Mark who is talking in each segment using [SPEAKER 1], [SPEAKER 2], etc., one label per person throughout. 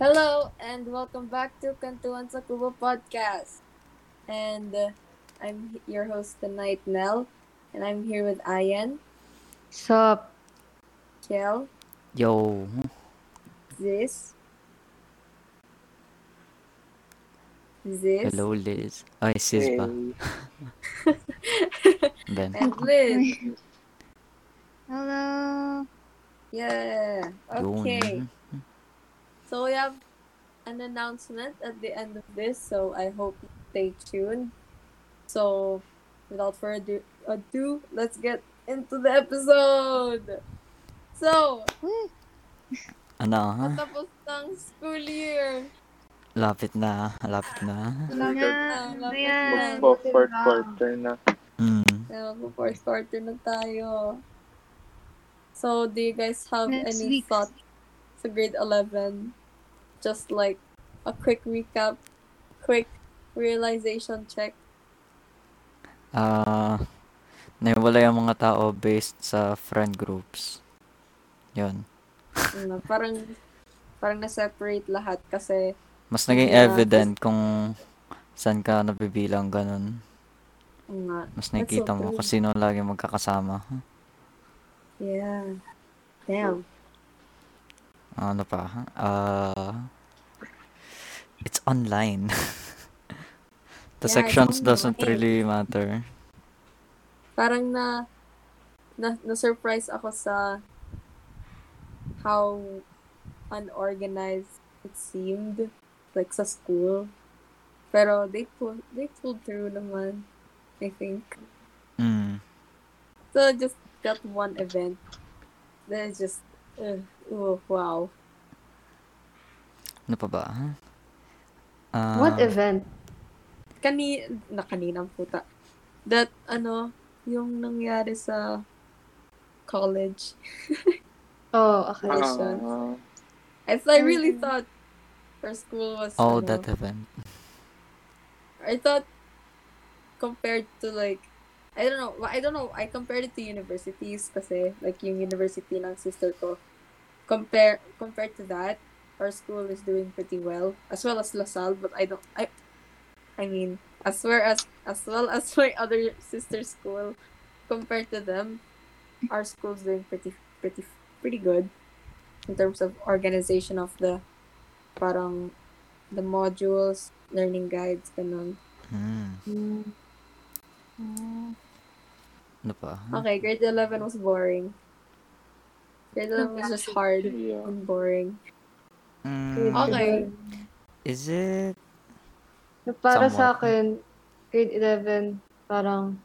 [SPEAKER 1] Hello and welcome back to Kantuan sa Kubo podcast. And uh, I'm h- your host tonight, Nell, and I'm here with Ayan,
[SPEAKER 2] Sup?
[SPEAKER 1] Kel,
[SPEAKER 3] Yo.
[SPEAKER 1] Ziz, Ziz,
[SPEAKER 3] Hello, Liz. Ay, sis ba? Ben.
[SPEAKER 1] and Liz.
[SPEAKER 2] Hello.
[SPEAKER 1] Yeah. Okay.
[SPEAKER 3] Yun.
[SPEAKER 1] So we have an announcement at the end of this, so I hope you stay tuned. So without further ado, let's get into the episode. So,
[SPEAKER 3] Ano, ha?
[SPEAKER 1] tapos ng school year.
[SPEAKER 3] Lapit na. Lapit na.
[SPEAKER 1] Lapit na,
[SPEAKER 2] Ano
[SPEAKER 1] lapit
[SPEAKER 2] yan?
[SPEAKER 1] na.
[SPEAKER 2] Book
[SPEAKER 4] Magpo fourth quarter na.
[SPEAKER 3] Mm.
[SPEAKER 1] Now, fourth quarter na tayo. So, do you guys have
[SPEAKER 2] Next
[SPEAKER 1] any
[SPEAKER 2] week.
[SPEAKER 1] thoughts sa grade 11? Just like a quick recap, quick realization check.
[SPEAKER 3] Ah, nawala yung mga tao based sa friend groups. Yun.
[SPEAKER 1] Ano, parang parang na-separate lahat kasi
[SPEAKER 3] Mas naging
[SPEAKER 1] Yeah,
[SPEAKER 3] evident kung saan ka nabibilang ganun.
[SPEAKER 1] ano nga, That's
[SPEAKER 3] Mas nakikita
[SPEAKER 1] so
[SPEAKER 3] mo
[SPEAKER 1] cool.
[SPEAKER 3] kung sino lagi magkakasama.
[SPEAKER 1] yeah. Damn.
[SPEAKER 3] Ano pa? ha? Ah, it's online.
[SPEAKER 1] Yeah,
[SPEAKER 3] The
[SPEAKER 1] it's
[SPEAKER 3] sections doesn't
[SPEAKER 1] online.
[SPEAKER 3] really matter.
[SPEAKER 1] Parang na na, na surprise ako sa how unorganized it seemed like sa school. Pero they pulled they pulled through naman, I think.
[SPEAKER 3] Mm.
[SPEAKER 1] So just that one event. Then it's just uh, oh, wow.
[SPEAKER 3] Ano pa ba? Ah,
[SPEAKER 2] What event?
[SPEAKER 1] kani na kaninang puta. That ano, yung nangyari sa college.
[SPEAKER 2] Oh, okay.
[SPEAKER 1] Ah.
[SPEAKER 4] Ah,
[SPEAKER 1] As I really
[SPEAKER 2] Mhm.
[SPEAKER 1] thought her school was
[SPEAKER 3] Oh,
[SPEAKER 1] ano,
[SPEAKER 3] that event.
[SPEAKER 1] I thought compared to like I don't know, I don't know, I compared it to universities kasi like yung university ng sister ko. Compare compared to that, our school is doing pretty well as well as LaSalle, but I don't I I mean, as well as as well as my other sister school compared to them, our school's doing pretty pretty pretty good in terms of organization of the parang the modules, learning guides, ganun.
[SPEAKER 3] Hmm.
[SPEAKER 2] Mm.
[SPEAKER 3] Ano pa?
[SPEAKER 1] Okay, grade 11 was boring. Grade 11 was just hard
[SPEAKER 4] yeah.
[SPEAKER 1] and boring.
[SPEAKER 3] Mm,
[SPEAKER 1] Okay.
[SPEAKER 3] Is it?
[SPEAKER 2] So, para
[SPEAKER 3] Somewhat.
[SPEAKER 2] sa akin, grade 11, parang,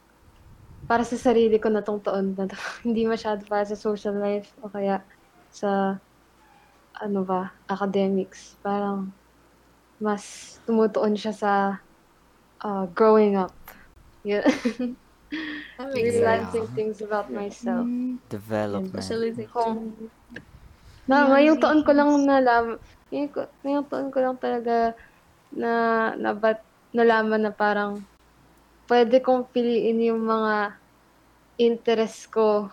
[SPEAKER 2] para sa sarili ko na tong taon na to. Hindi masyado para sa social life o kaya sa, ano ba, academics. Parang, mas tumutuon siya sa ah, growing up. Yun. Realizing things about
[SPEAKER 4] Yeah.
[SPEAKER 2] myself.
[SPEAKER 3] Development.
[SPEAKER 1] Socialization.
[SPEAKER 2] Kung- Na, ngayong taon ko lang nalam, ngayong, ko- ngayong taon ko lang talaga na nabat nalaman na parang pwede kong piliin yung mga interest ko.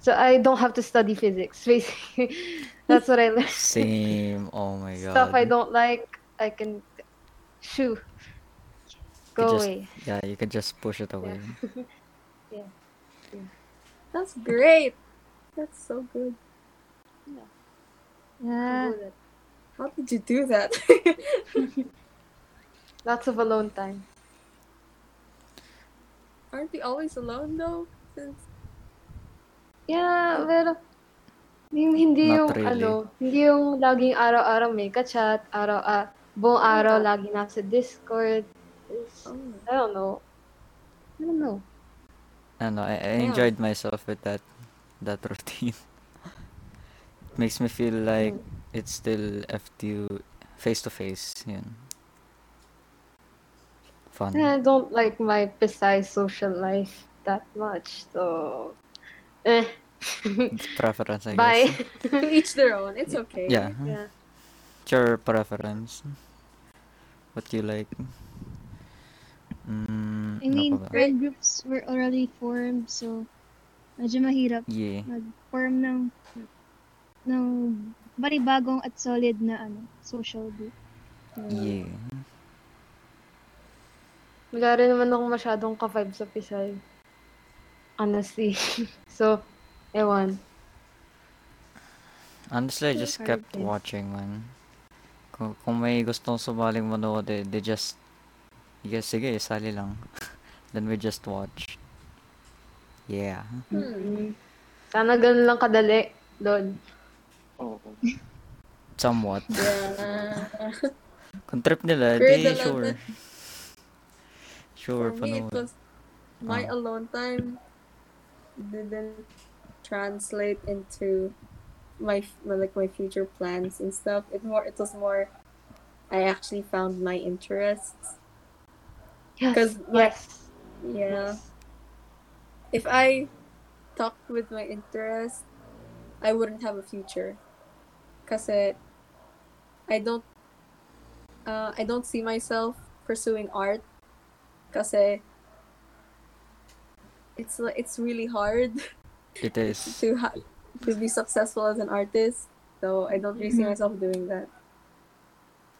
[SPEAKER 2] So I don't have to study physics. Basically, that's what I learned.
[SPEAKER 3] Same. Oh my god.
[SPEAKER 2] Stuff I don't like, I can shoo. Go
[SPEAKER 3] just-
[SPEAKER 2] away.
[SPEAKER 3] Yeah, you can just push it away.
[SPEAKER 1] That's great. That's so good.
[SPEAKER 2] Yeah.
[SPEAKER 1] How did you do that?
[SPEAKER 2] Lots of alone time.
[SPEAKER 1] Aren't we always alone though? Since
[SPEAKER 2] Yeah, pero yung hindi
[SPEAKER 3] Not
[SPEAKER 2] yung
[SPEAKER 3] really.
[SPEAKER 2] ano, hindi yung laging araw-araw may ka-chat, araw ah, buong
[SPEAKER 1] Mm.
[SPEAKER 2] araw lagi nasa Discord. It's-
[SPEAKER 1] oh,
[SPEAKER 2] I don't know. I don't know.
[SPEAKER 3] Ano, I, I
[SPEAKER 1] Yeah.
[SPEAKER 3] enjoyed myself with that that routine. Makes me feel like
[SPEAKER 2] Mm.
[SPEAKER 3] it's still FTU face to face. Yun. Fun.
[SPEAKER 2] I don't like my precise social life that much. So eh.
[SPEAKER 3] It's preference, I
[SPEAKER 2] Bye.
[SPEAKER 3] guess.
[SPEAKER 1] to each their own. It's okay.
[SPEAKER 3] Yeah.
[SPEAKER 2] yeah.
[SPEAKER 3] It's your preference. What you like. Mm,
[SPEAKER 5] I
[SPEAKER 3] ano
[SPEAKER 5] mean,
[SPEAKER 3] pa ba?
[SPEAKER 5] friend groups were already formed, so medyo mahirap
[SPEAKER 3] Yeah.
[SPEAKER 5] mag-form ng ng baribagong at solid na ano, social group.
[SPEAKER 3] Yeah.
[SPEAKER 2] Wala rin naman akong masyadong ka-vibe sa Pisay. Honestly. so, ewan.
[SPEAKER 3] Honestly, I just kept watching, man. Kung, kung may gustong sumaling manood, eh, they just, yeah, sige, sali lang. Then we just watch. Yeah.
[SPEAKER 2] Sana ganun lang kadali, Lol.
[SPEAKER 3] Somewhat.
[SPEAKER 1] Yeah.
[SPEAKER 3] Kung trip nila,
[SPEAKER 1] Pero
[SPEAKER 3] di
[SPEAKER 1] talaga-
[SPEAKER 3] sure. Sure,
[SPEAKER 1] For me, it
[SPEAKER 3] panood.
[SPEAKER 1] was my
[SPEAKER 3] Ah.
[SPEAKER 1] alone time didn't translate into my f- my, like my future plans and stuff. It more it was more I actually found my interests.
[SPEAKER 2] Yes.
[SPEAKER 1] 'Cause, like,
[SPEAKER 2] Yes.
[SPEAKER 1] Yeah. If I talked with my interests, I wouldn't have a future. Cause I don't uh, I don't see myself pursuing art. Cause it's li- it's really hard.
[SPEAKER 3] It is.
[SPEAKER 1] to ha- to be successful as an artist. So I don't really see myself doing that.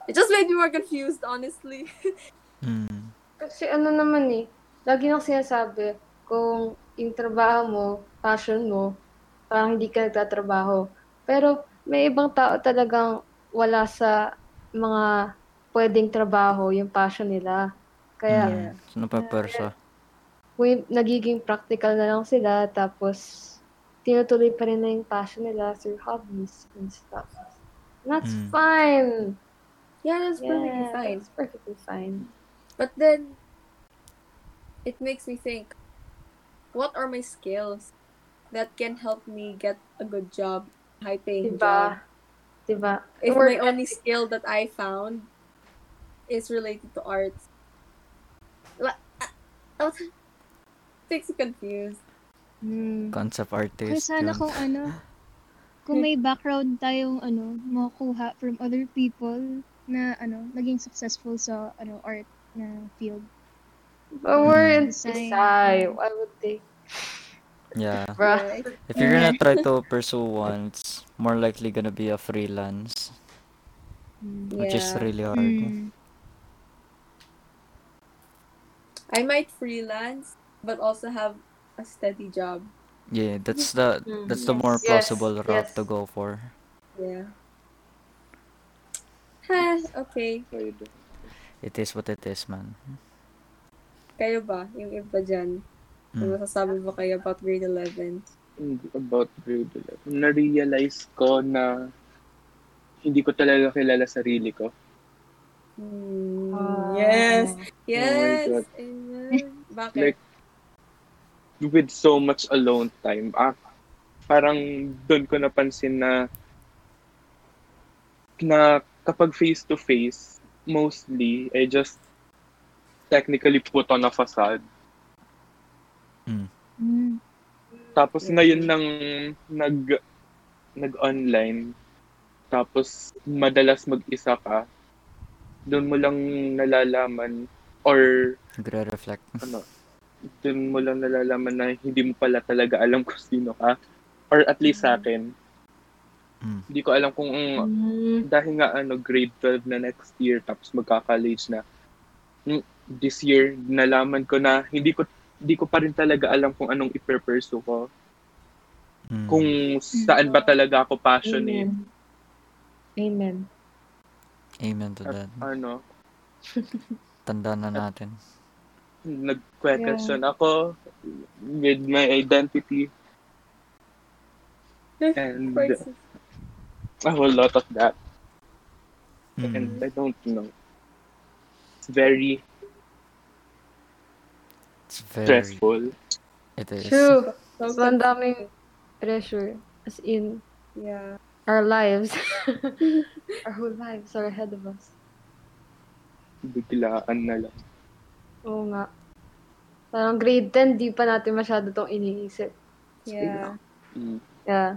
[SPEAKER 1] It just made me more confused, honestly.
[SPEAKER 3] Mm.
[SPEAKER 2] Kasi ano naman eh, lagi nang sinasabi, kung yung trabaho mo, passion mo, parang hindi ka nagtatrabaho. Pero may ibang tao talagang wala sa mga pwedeng trabaho yung passion nila. Kaya
[SPEAKER 3] Mm. So, napapersa.
[SPEAKER 2] kung nagiging practical na lang sila, tapos tinutuloy pa rin na yung passion nila through hobbies and stuff. And that's
[SPEAKER 3] Mm.
[SPEAKER 2] fine.
[SPEAKER 1] Yeah, that's
[SPEAKER 2] Yeah,
[SPEAKER 1] perfectly fine.
[SPEAKER 2] that's perfectly fine.
[SPEAKER 1] But then it makes me think, what are my skills that can help me get a good job, high paying job?
[SPEAKER 2] Diba? Diba?
[SPEAKER 1] If
[SPEAKER 2] Or-
[SPEAKER 1] my only skill that I found is related to arts. Like, I was makes me confused.
[SPEAKER 2] Hmm.
[SPEAKER 5] Mm.
[SPEAKER 3] Concept
[SPEAKER 5] Kaya
[SPEAKER 3] artist. yun.
[SPEAKER 5] sana kung ano, kung may background tayong ano, makukuha from other people na ano, naging successful sa ano art na field.
[SPEAKER 2] But we're in
[SPEAKER 5] Design.
[SPEAKER 2] Pisay. Why would they?
[SPEAKER 3] Yeah.
[SPEAKER 2] Bruh.
[SPEAKER 1] Right?
[SPEAKER 3] If you're gonna try to pursue one, it's more likely gonna be a freelance, which is
[SPEAKER 1] Yeah.
[SPEAKER 3] really hard.
[SPEAKER 5] Mm.
[SPEAKER 1] I might freelance, but also have a steady job.
[SPEAKER 3] Yeah, that's the
[SPEAKER 2] Mm.
[SPEAKER 3] that's the
[SPEAKER 1] Yes.
[SPEAKER 3] more
[SPEAKER 2] Yes,
[SPEAKER 3] plausible route to
[SPEAKER 2] yes.
[SPEAKER 3] go for.
[SPEAKER 1] Yeah. Ha, okay.
[SPEAKER 3] It is what it is, man.
[SPEAKER 1] Kayo ba? Yung iba dyan?
[SPEAKER 4] Hmm.
[SPEAKER 1] May
[SPEAKER 3] Mm.
[SPEAKER 1] masasabi ba kayo about grade 11?
[SPEAKER 4] about grade 11, na-realize ko na hindi ko talaga kilala sarili ko.
[SPEAKER 1] Hmm.
[SPEAKER 2] Ah.
[SPEAKER 1] yes!
[SPEAKER 4] Oh my
[SPEAKER 1] Yes!
[SPEAKER 4] God.
[SPEAKER 1] Amen. Bakit?
[SPEAKER 4] Like, with so much alone time, ah, parang doon ko napansin na na kapag face-to-face, mostly, I just technically put on a facade.
[SPEAKER 5] Mm.
[SPEAKER 4] Tapos ngayon nang nag nag-online tapos madalas mag-isa ka, doon mo lang nalalaman or
[SPEAKER 3] Nagre-reflect.
[SPEAKER 4] ano, doon mo lang nalalaman na hindi mo pala talaga alam kung sino ka. Or at least sa akin,
[SPEAKER 3] Mm.
[SPEAKER 4] hindi ko alam kung mm,
[SPEAKER 2] Mm-hmm.
[SPEAKER 4] dahil nga ano grade 12 na next year tapos magka-college na. Mm, This year nalaman ko na hindi ko hindi ko pa rin talaga alam kung anong ipe-pursue ko
[SPEAKER 3] Mm.
[SPEAKER 4] kung saan ba talaga ako passionate.
[SPEAKER 2] Amen. Amen.
[SPEAKER 3] Amen to
[SPEAKER 4] At
[SPEAKER 3] that.
[SPEAKER 4] ano,
[SPEAKER 3] Tanda na natin.
[SPEAKER 4] nag-question ako with my identity and oh,
[SPEAKER 1] Crisis.
[SPEAKER 4] a whole lot of that.
[SPEAKER 3] Mm.
[SPEAKER 4] And I don't know. It's very
[SPEAKER 3] It's very...
[SPEAKER 4] stressful.
[SPEAKER 3] It is.
[SPEAKER 2] True.
[SPEAKER 1] So
[SPEAKER 2] So, ang daming pressure. As in,
[SPEAKER 1] Yeah.
[SPEAKER 2] our lives. our whole lives are ahead of us.
[SPEAKER 4] Biglaan na lang.
[SPEAKER 2] Oo nga. Parang grade 10, di pa natin masyado itong iniisip.
[SPEAKER 1] Yeah.
[SPEAKER 4] Mm.
[SPEAKER 2] Yeah.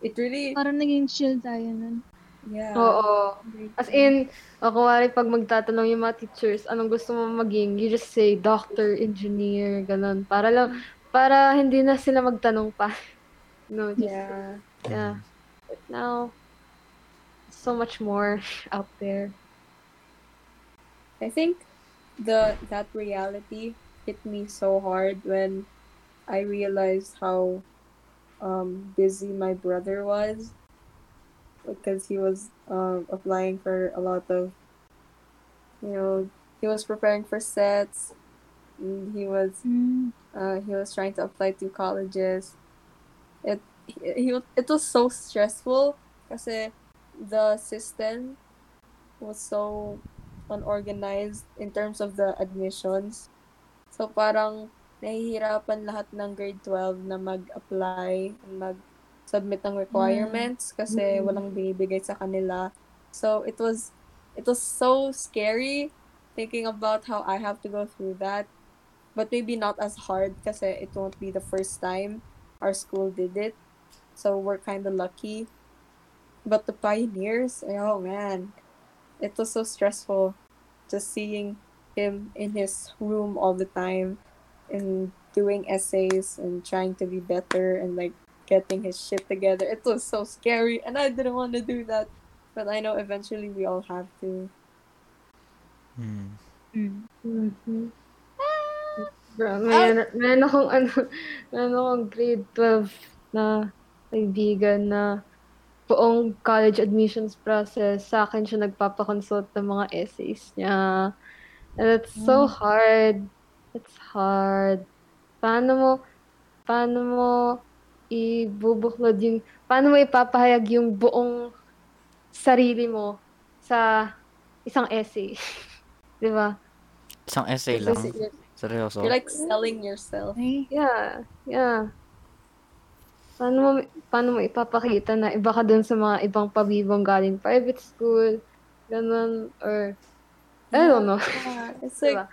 [SPEAKER 1] It really,
[SPEAKER 5] Parang naging chill tayo nun.
[SPEAKER 1] yeah.
[SPEAKER 2] Ah. Oo. As in, o kuwari pag magtatanong yung mga teachers, anong gusto mo maging? You just say, doctor, engineer, ganun. Para lang, para hindi na sila magtanong pa. No, just
[SPEAKER 1] Yeah.
[SPEAKER 3] Mm.
[SPEAKER 2] yeah. But now, so much more out there.
[SPEAKER 1] I think the that reality hit me so hard when I realized how um, busy my brother was because he was um, applying for a lot of you know he was preparing for sets and he was
[SPEAKER 5] Mm.
[SPEAKER 1] uh, he was trying to apply to colleges. It he, he- it was so stressful kasi the system was so unorganized in terms of the admissions. So parang nahihirapan lahat ng grade 12 na mag-apply and mag-submit ng requirements kasi
[SPEAKER 2] Mm.
[SPEAKER 1] walang binibigay sa kanila. So it was it was so scary thinking about how I have to go through that but maybe not as hard because it won't be the first time our school did it. So we're kind of lucky. But the pioneers, oh man, it was so stressful just seeing him in his room all the time and doing essays and trying to be better and like getting his shit together. It was so scary and I didn't want to do that. But I know eventually we all have to.
[SPEAKER 3] Hmm.
[SPEAKER 5] Mm.
[SPEAKER 2] Mm-hmm. Bro, mayroon, mayroon akong ano, mayroon akong grade 12 na kaibigan na buong college admissions process, sa akin siya nagpapakonsult ng mga essays niya. And it's so hard. It's hard. Paano mo, paano mo ibubuklod yung, paano mo ipapahayag yung buong sarili mo sa isang essay? Di ba?
[SPEAKER 3] Isang essay
[SPEAKER 1] Because
[SPEAKER 3] lang.
[SPEAKER 1] you're,
[SPEAKER 3] Seryoso.
[SPEAKER 1] you're like selling yourself.
[SPEAKER 5] Ay.
[SPEAKER 2] Yeah, yeah. Paano mo, paano mo ipapakita na iba ka dun sa mga ibang pabibong galing private school, ganun, or, I don't know.
[SPEAKER 1] Yeah, it's like,
[SPEAKER 2] Diba?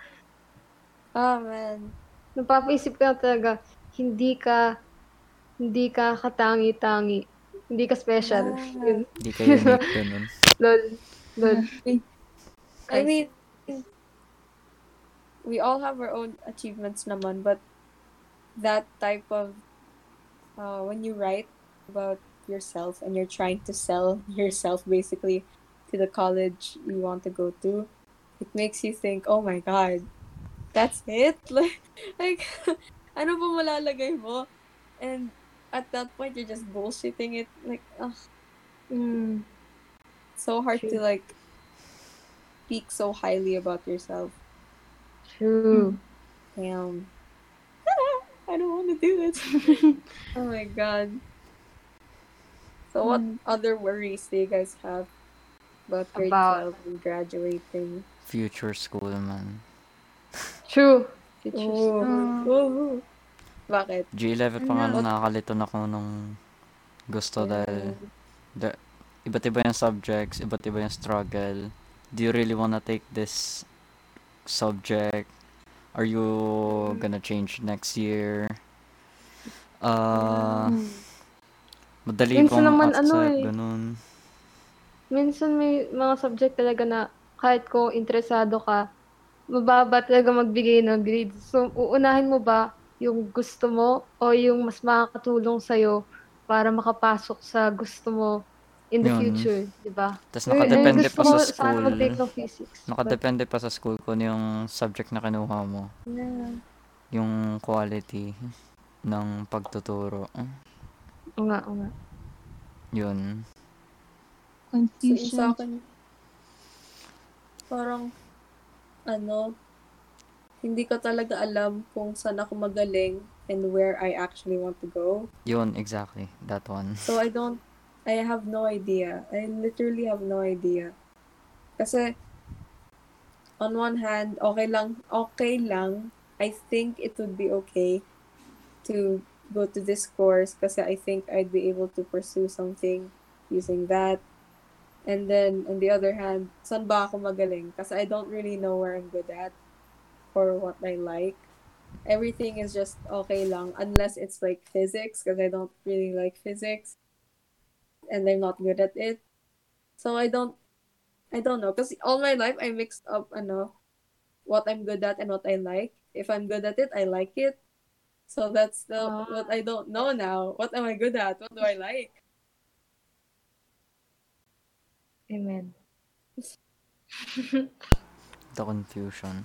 [SPEAKER 1] oh man.
[SPEAKER 2] Napapaisip ka na talaga, hindi ka, hindi ka katangi-tangi. Hindi ka special.
[SPEAKER 1] Yeah.
[SPEAKER 2] Yun.
[SPEAKER 3] Hindi kayo unique ganun.
[SPEAKER 2] Lol. Lol.
[SPEAKER 1] I
[SPEAKER 2] Guys.
[SPEAKER 1] mean, we all have our own achievements, naman, but that type of uh, when you write about yourself and you're trying to sell yourself basically to the college you want to go to, it makes you think, oh my god, that's it? Like, like ano ba malalagay mo? And at that point, you're just bullshitting it. Like, ugh.
[SPEAKER 2] Mm.
[SPEAKER 1] so hard
[SPEAKER 2] True.
[SPEAKER 1] to like speak so highly about yourself.
[SPEAKER 2] True.
[SPEAKER 1] Damn. I don't want to do this. oh my god. So what other worries do you guys have about grade
[SPEAKER 2] About-
[SPEAKER 1] 12 and graduating?
[SPEAKER 3] Future school man.
[SPEAKER 2] True.
[SPEAKER 1] Oh.
[SPEAKER 5] Ah.
[SPEAKER 1] Oh. Bakit?
[SPEAKER 3] G11 pa nga
[SPEAKER 5] Ano?
[SPEAKER 3] nung nakakalito na ko nung gusto dahil the, iba't iba yung subjects, iba't iba yung struggle. Do you really wanna take this subject? Are
[SPEAKER 2] Mm.
[SPEAKER 3] you gonna change next year? Uh, madali
[SPEAKER 2] Minsan
[SPEAKER 3] bang
[SPEAKER 2] naman,
[SPEAKER 3] accept,
[SPEAKER 2] ano eh.
[SPEAKER 3] ganun.
[SPEAKER 2] minsan may mga subject talaga na kahit kung interesado ka, mababa talaga magbigay ng grade. So, uunahin mo ba yung gusto mo o yung mas makakatulong sa'yo para makapasok sa gusto mo in the
[SPEAKER 3] Yun.
[SPEAKER 2] future, di ba?
[SPEAKER 3] Tapos
[SPEAKER 2] Ayun,
[SPEAKER 3] nakadepende
[SPEAKER 2] gusto
[SPEAKER 3] pa
[SPEAKER 2] ko
[SPEAKER 3] sa
[SPEAKER 2] Sana
[SPEAKER 3] school.
[SPEAKER 2] mag-take ng physics. But,
[SPEAKER 3] Nakadepende pa sa school kung ano yung subject na kinuha mo.
[SPEAKER 1] Yeah.
[SPEAKER 3] Yung quality ng pagtuturo.
[SPEAKER 2] oo nga, oo nga.
[SPEAKER 3] Yun.
[SPEAKER 1] So, yung sa
[SPEAKER 5] Confusion.
[SPEAKER 1] akin, parang, ano, hindi ko talaga alam kung saan ako magaling and where I actually want to go.
[SPEAKER 3] Yun, exactly. That one.
[SPEAKER 1] So I don't, I have no idea. I literally have no idea. Kasi, on one hand, okay lang, okay lang. I think it would be okay to go to this course kasi I think I'd be able to pursue something using that. And then, on the other hand, saan ba ako magaling? Kasi I don't really know where I'm good at or what I like. Everything is just okay lang unless it's like physics because I don't really like physics and I'm not good at it. So I don't I don't know because all my life I mixed up ano what I'm good at and what I like. If I'm good at it, I like it. So that's the
[SPEAKER 2] Ah.
[SPEAKER 1] what I don't know now. What am I good at? What do I like?
[SPEAKER 2] Amen.
[SPEAKER 3] The confusion.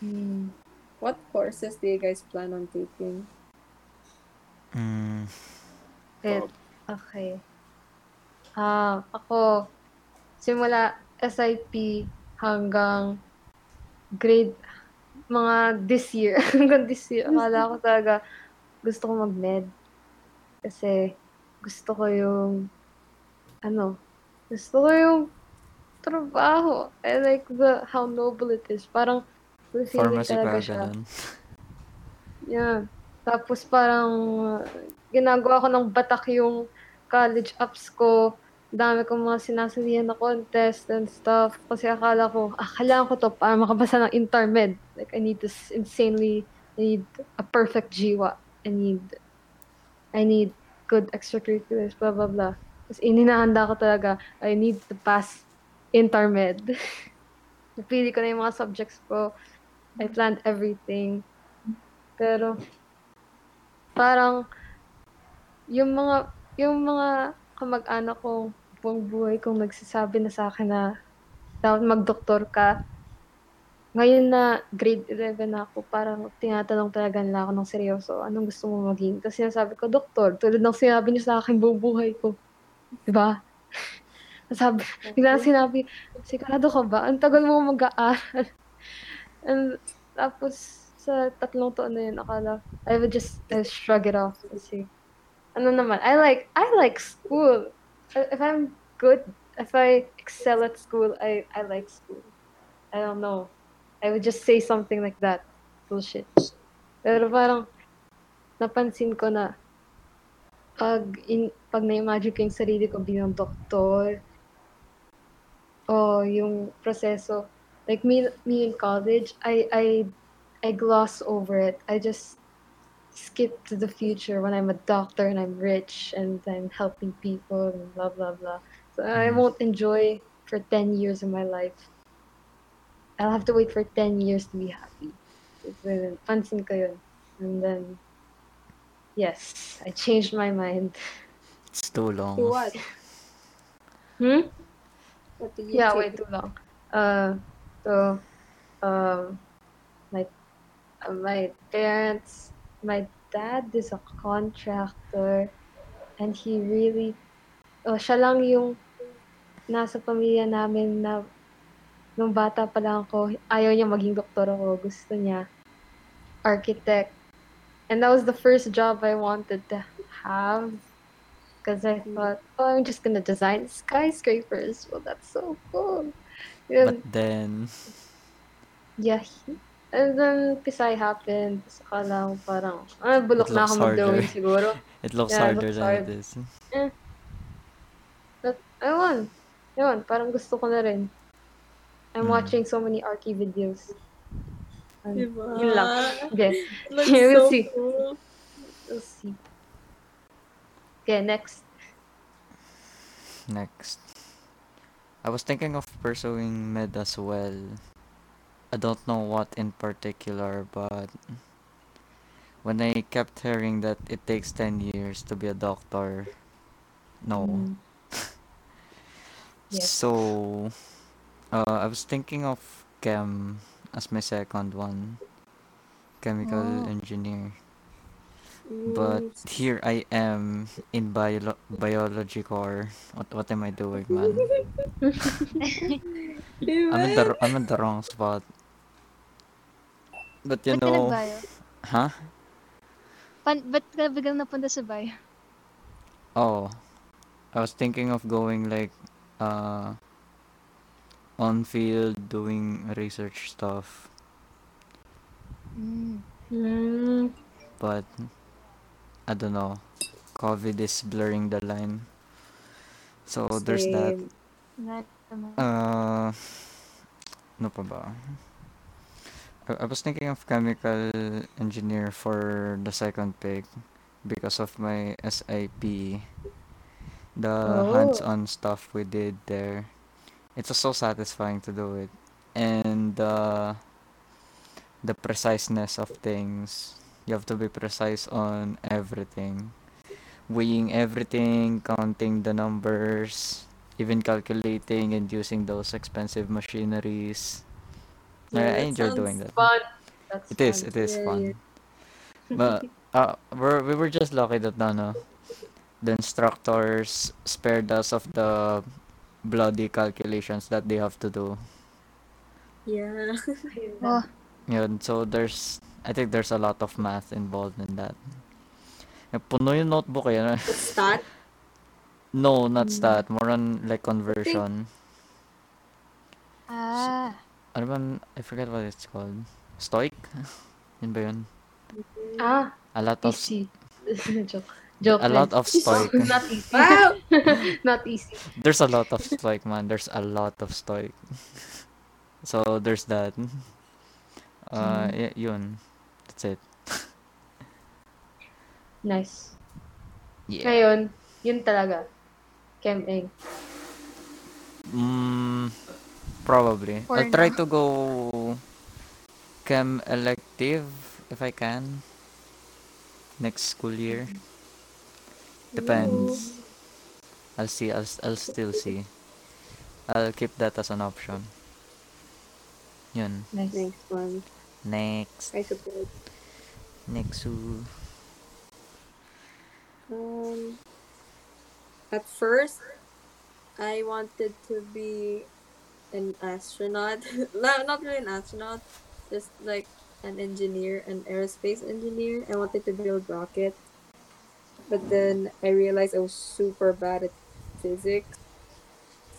[SPEAKER 2] Hmm.
[SPEAKER 1] What courses do you guys plan on taking?
[SPEAKER 3] Mm,
[SPEAKER 2] Wait, okay. Ah, ako, simula SIP hanggang grade mga this year. hanggang this year. Akala ko talaga gusto ko mag-med. Kasi gusto ko yung ano, gusto ko yung trabaho. I like the how noble it is. Parang fulfilling
[SPEAKER 3] pharmacy
[SPEAKER 2] talaga
[SPEAKER 3] pa
[SPEAKER 2] siya.
[SPEAKER 3] ganun.
[SPEAKER 2] Yeah. Tapos parang uh, ginagawa ko ng batak yung college apps ko. Dami kong mga sinasalihan na contest and stuff. Kasi akala ko, ah, kailangan ko to para makabasa ng intermed. Like, I need this insanely, I need a perfect jiwa. I need, I need good extracurriculars, blah, blah, blah. Tapos ininahanda ko talaga, I need to pass intermed. Napili ko na yung mga subjects ko. I planned everything. Pero parang yung mga yung mga kamag-anak ko buong buhay kong nagsasabi na sa akin na dapat magdoktor ka. Ngayon na grade 11 na ako, parang tinatanong talaga nila ako ng seryoso, anong gusto mo maging? Tapos sinasabi ko, doktor, tulad ng sinabi niyo sa akin buong buhay ko. Diba? Sabi, bigla sinabi, sigurado ka ba? Ang tagal mo mag-aaral. And tapos, sa tatlong taon na yun, akala, I would just uh, shrug it off. Kasi, ano naman, I like, I like school. I- If I'm good, if I excel at school, I, I like school. I don't know. I would just say something like that. Bullshit. Pero parang, napansin ko na, pag, in, pag na-imagine ko yung sarili ko bilang doktor, o yung proseso, like me me in college i i i gloss over it i just skip to the future when i'm a doctor and i'm rich and i'm helping people and blah blah blah so i
[SPEAKER 3] Mhm.
[SPEAKER 2] won't enjoy for 10 years of my life i'll have to wait for 10 years to be happy So, pansin ko yun. and then yes i changed my mind
[SPEAKER 3] It's too long.
[SPEAKER 1] To what?
[SPEAKER 2] hmm
[SPEAKER 1] What do you
[SPEAKER 2] Yeah,
[SPEAKER 1] take?
[SPEAKER 2] way too long. Uh, so, um, my uh, my parents, my dad is a contractor, and he really, oh, siya lang yung nasa pamilya namin na nung bata pa lang ako, ayaw niya maging doktor ako. Gusto niya architect. And that was the first job I wanted to have. Because I
[SPEAKER 3] Mm.
[SPEAKER 2] thought, oh, I'm just gonna design skyscrapers. Well, that's so cool. And,
[SPEAKER 3] But then,
[SPEAKER 2] yeah. he- And then, Pisay happened. So, akala ko parang, ah, bulok
[SPEAKER 3] It
[SPEAKER 2] na
[SPEAKER 3] looks
[SPEAKER 2] ako mag-drawing
[SPEAKER 3] harder.
[SPEAKER 2] siguro.
[SPEAKER 3] it looks
[SPEAKER 2] Yeah, it
[SPEAKER 3] harder
[SPEAKER 2] looks
[SPEAKER 3] than
[SPEAKER 2] hard.
[SPEAKER 3] it is.
[SPEAKER 2] But, ayun. Ayun, parang gusto ko na rin. I'm
[SPEAKER 3] Mm.
[SPEAKER 2] watching so many Archie videos. And,
[SPEAKER 1] Diba?
[SPEAKER 2] yun lang. Okay,
[SPEAKER 1] Looks
[SPEAKER 2] You will
[SPEAKER 1] so
[SPEAKER 2] see.
[SPEAKER 1] cool.
[SPEAKER 2] we'll see. Okay, next.
[SPEAKER 3] Next. I was thinking of pursuing med as well. I don't know what in particular, but when I kept hearing that it takes 10 years to be a doctor, no.
[SPEAKER 2] Mm. Yes.
[SPEAKER 3] Oh. So, uh, I was thinking of chem as my second one.
[SPEAKER 1] Oh.
[SPEAKER 3] Chemical engineer.
[SPEAKER 1] Mm,
[SPEAKER 3] But here I am in bio- biology core. What, what am I doing, man?
[SPEAKER 1] diba?
[SPEAKER 3] I'm in the r- I'm in the wrong spot. But you
[SPEAKER 5] Ba't ka
[SPEAKER 3] know,
[SPEAKER 5] nag-bio?
[SPEAKER 3] huh?
[SPEAKER 5] Pan, ba't ka biglang napunta sa bio?
[SPEAKER 3] Oh, I was thinking of going like uh on field doing research stuff,
[SPEAKER 5] Mm.
[SPEAKER 2] Mm.
[SPEAKER 3] but I don't know. COVID is blurring the line. So there's that.
[SPEAKER 1] Same.
[SPEAKER 5] Nga naman.
[SPEAKER 3] Uh, no pa ba? I, I was thinking of chemical engineer for the second pick because of my SIP. The hands-on stuff we did there. It was so satisfying to do it. And uh, the preciseness of things. You have to be precise on everything. Weighing everything, counting the numbers, even calculating and using those expensive machineries.
[SPEAKER 1] Yeah,
[SPEAKER 3] I- I
[SPEAKER 1] that
[SPEAKER 3] enjoy doing
[SPEAKER 1] sounds
[SPEAKER 3] that.
[SPEAKER 2] Fun. That's
[SPEAKER 3] It is,
[SPEAKER 2] fun.
[SPEAKER 3] it is
[SPEAKER 1] Yeah,
[SPEAKER 3] fun. But uh, we're, we were just lucky that ano, the instructors spared us of the bloody calculations that they have to do.
[SPEAKER 1] Yeah.
[SPEAKER 5] Oh,
[SPEAKER 3] Yun, so there's, I think there's a lot of math involved in that. Eh, Puno yung notebook eh.
[SPEAKER 1] Stat.
[SPEAKER 3] No, not
[SPEAKER 2] Mm.
[SPEAKER 3] stat. More on like conversion.
[SPEAKER 5] ah.
[SPEAKER 3] Ano ba, I forget what it's called. Stoic? yun ba yun?
[SPEAKER 2] Ah,
[SPEAKER 3] A lot of,
[SPEAKER 2] easy. Joke. Joke
[SPEAKER 3] a lot
[SPEAKER 2] lang.
[SPEAKER 3] of stoic.
[SPEAKER 2] Not easy.
[SPEAKER 1] Wow!
[SPEAKER 2] Not easy.
[SPEAKER 3] There's a lot of stoic, man. There's a lot of stoic. so there's that.
[SPEAKER 2] Mm.
[SPEAKER 3] Uh, y- yun. That's it.
[SPEAKER 2] Nice.
[SPEAKER 3] Yeah.
[SPEAKER 2] Ngayon, yun talaga. Chem Eng.
[SPEAKER 3] Mm, probably.
[SPEAKER 5] Or
[SPEAKER 3] I'll try to go chem elective if I can. Next school year.
[SPEAKER 1] Mm-hmm.
[SPEAKER 3] Depends. I'll see. I'll, s- I'll still see. I'll keep that as an option. Yun.
[SPEAKER 2] Nice.
[SPEAKER 1] Next one.
[SPEAKER 3] Next.
[SPEAKER 1] I suppose.
[SPEAKER 3] Next. who?
[SPEAKER 1] Um, at first, I wanted to be an astronaut. no, not really an astronaut, just like an engineer, an aerospace engineer. I wanted to build rockets, but then I realized I was super bad at physics,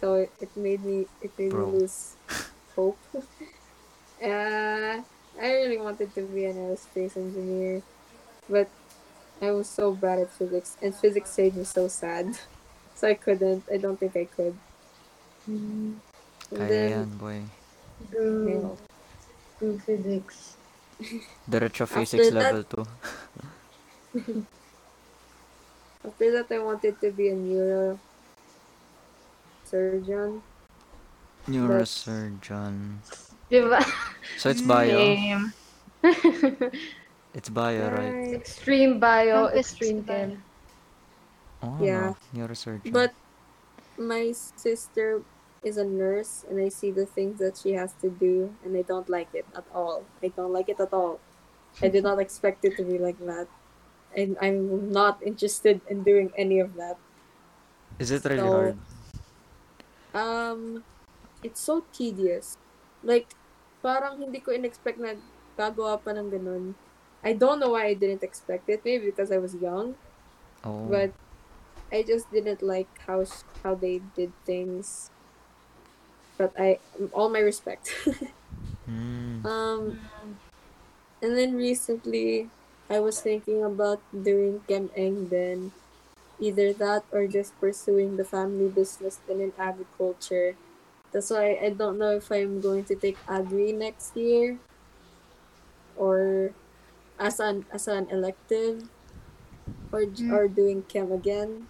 [SPEAKER 1] so it, it made me it made
[SPEAKER 3] Bro.
[SPEAKER 1] me lose hope. uh, I really wanted to be an aerospace engineer, but I was so bad at physics, and physics made me so sad. So I couldn't. I don't think I could. And
[SPEAKER 3] Kaya
[SPEAKER 1] then,
[SPEAKER 3] yan, boy.
[SPEAKER 2] Boo. Boo physics.
[SPEAKER 3] Diretso
[SPEAKER 1] After
[SPEAKER 3] physics
[SPEAKER 1] that-
[SPEAKER 3] level 2.
[SPEAKER 1] after that, I wanted to be a neuro surgeon.
[SPEAKER 3] Neurosurgeon.
[SPEAKER 2] Diba?
[SPEAKER 3] So
[SPEAKER 1] Hmm.
[SPEAKER 3] it's bio.
[SPEAKER 2] Same.
[SPEAKER 3] It's bio, right?
[SPEAKER 2] Extreme bio,
[SPEAKER 5] Campus
[SPEAKER 2] extreme
[SPEAKER 5] bio.
[SPEAKER 2] chem.
[SPEAKER 3] Oh,
[SPEAKER 1] Yeah.
[SPEAKER 3] no. Neurosurgeon.
[SPEAKER 1] But my sister is a nurse, and I see the things that she has to do, and I don't like it at all. I don't like it at all. I did not expect it to be like that. And I'm not interested in doing any of that.
[SPEAKER 3] Is it really
[SPEAKER 1] so-
[SPEAKER 3] hard?
[SPEAKER 1] Um, it's so tedious. Like, parang hindi ko in-expect na gagawa pa ng ganun. I don't know why I didn't expect it. Maybe because I was young.
[SPEAKER 3] Oh.
[SPEAKER 1] But I just didn't like how s- how they did things. But I all my respect.
[SPEAKER 3] Mm.
[SPEAKER 1] um, and then recently, I was thinking about doing chem eng then, either that or just pursuing the family business then in agriculture. That's why I don't know if I'm going to take agri next year, or as an as an elective, or j-
[SPEAKER 5] Mm.
[SPEAKER 1] or doing chem again.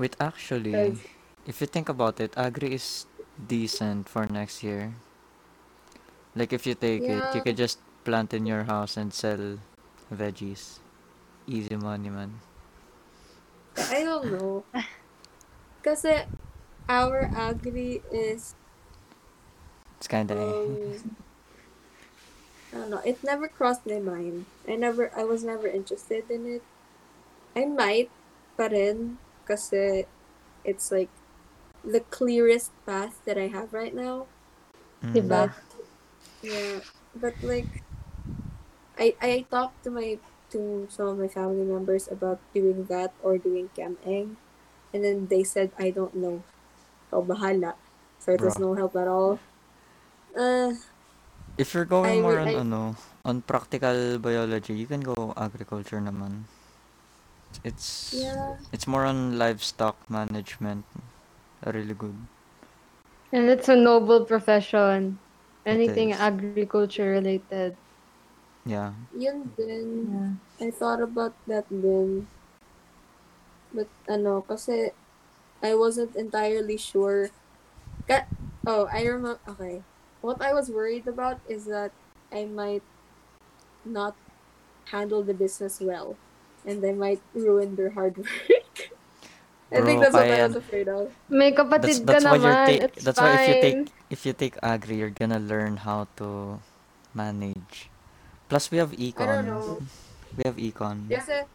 [SPEAKER 3] Wait, actually,
[SPEAKER 1] Cause-
[SPEAKER 3] if you think about it, agri is decent for next year. Like, if you take it, you
[SPEAKER 1] Yeah.
[SPEAKER 3] could just plant in your house and sell veggies. Easy money, man.
[SPEAKER 1] I don't know. Kasi our agri is
[SPEAKER 3] It's kinda eh.
[SPEAKER 1] um, I don't know. It never crossed my mind. I never I was never interested in it. I might pa rin kasi it's like the clearest path that I have right now.
[SPEAKER 3] Mm.
[SPEAKER 2] Diba?
[SPEAKER 1] Yeah, but like, I I talked to my to some of my family members about doing that or doing cam egg, and then they said I don't know. Oh, bahala. So it was
[SPEAKER 3] Bruh.
[SPEAKER 1] no help at all. Uh,
[SPEAKER 3] If you're
[SPEAKER 1] I
[SPEAKER 3] going more
[SPEAKER 1] will-
[SPEAKER 3] on
[SPEAKER 1] I-
[SPEAKER 3] ano, on practical biology, you can go agriculture naman. It's
[SPEAKER 1] yeah.
[SPEAKER 3] it's more on livestock management. Really good.
[SPEAKER 2] And it's a noble profession. Anything
[SPEAKER 3] is.
[SPEAKER 2] agriculture related.
[SPEAKER 3] Yeah.
[SPEAKER 1] Yun din.
[SPEAKER 2] Yeah.
[SPEAKER 1] I thought about that then. But ano, kasi I wasn't entirely sure. Ka- oh, I remember. Okay. What I was worried about is that I might not handle the business well. And I might ruin their hard work. I think that's
[SPEAKER 3] Bro,
[SPEAKER 1] what I
[SPEAKER 3] kaya-
[SPEAKER 1] was afraid of.
[SPEAKER 2] May
[SPEAKER 3] That's,
[SPEAKER 2] kapatid
[SPEAKER 3] that's
[SPEAKER 2] ka
[SPEAKER 3] why you
[SPEAKER 2] naman.
[SPEAKER 3] take
[SPEAKER 2] It's
[SPEAKER 3] that's
[SPEAKER 2] fine.
[SPEAKER 3] why if you take if you take agri you're gonna learn how to manage. Plus we have econ.
[SPEAKER 1] I don't know.
[SPEAKER 3] We have econ.
[SPEAKER 1] Kasi,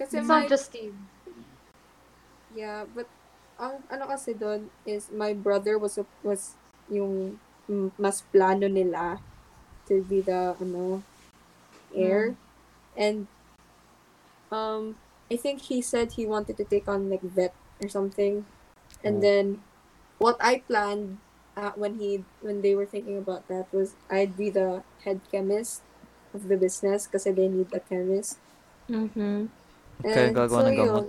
[SPEAKER 1] kasi
[SPEAKER 2] It's
[SPEAKER 1] my,
[SPEAKER 2] not just Steve.
[SPEAKER 1] yeah, but, ang ano kasi doon is my brother was, a- was yung mm, mas plano nila to be the, ano,
[SPEAKER 3] Hmm.
[SPEAKER 1] heir. And, um, I think he said he wanted to take on like vet or something. And
[SPEAKER 3] Oh.
[SPEAKER 1] then, what I planned uh, when he when they were thinking about that was I'd be the head chemist of the business kasi they need a chemist.
[SPEAKER 2] Mm-hmm.
[SPEAKER 3] Kaya
[SPEAKER 1] And
[SPEAKER 3] gagawa
[SPEAKER 1] so
[SPEAKER 3] ng gamot.
[SPEAKER 1] yun.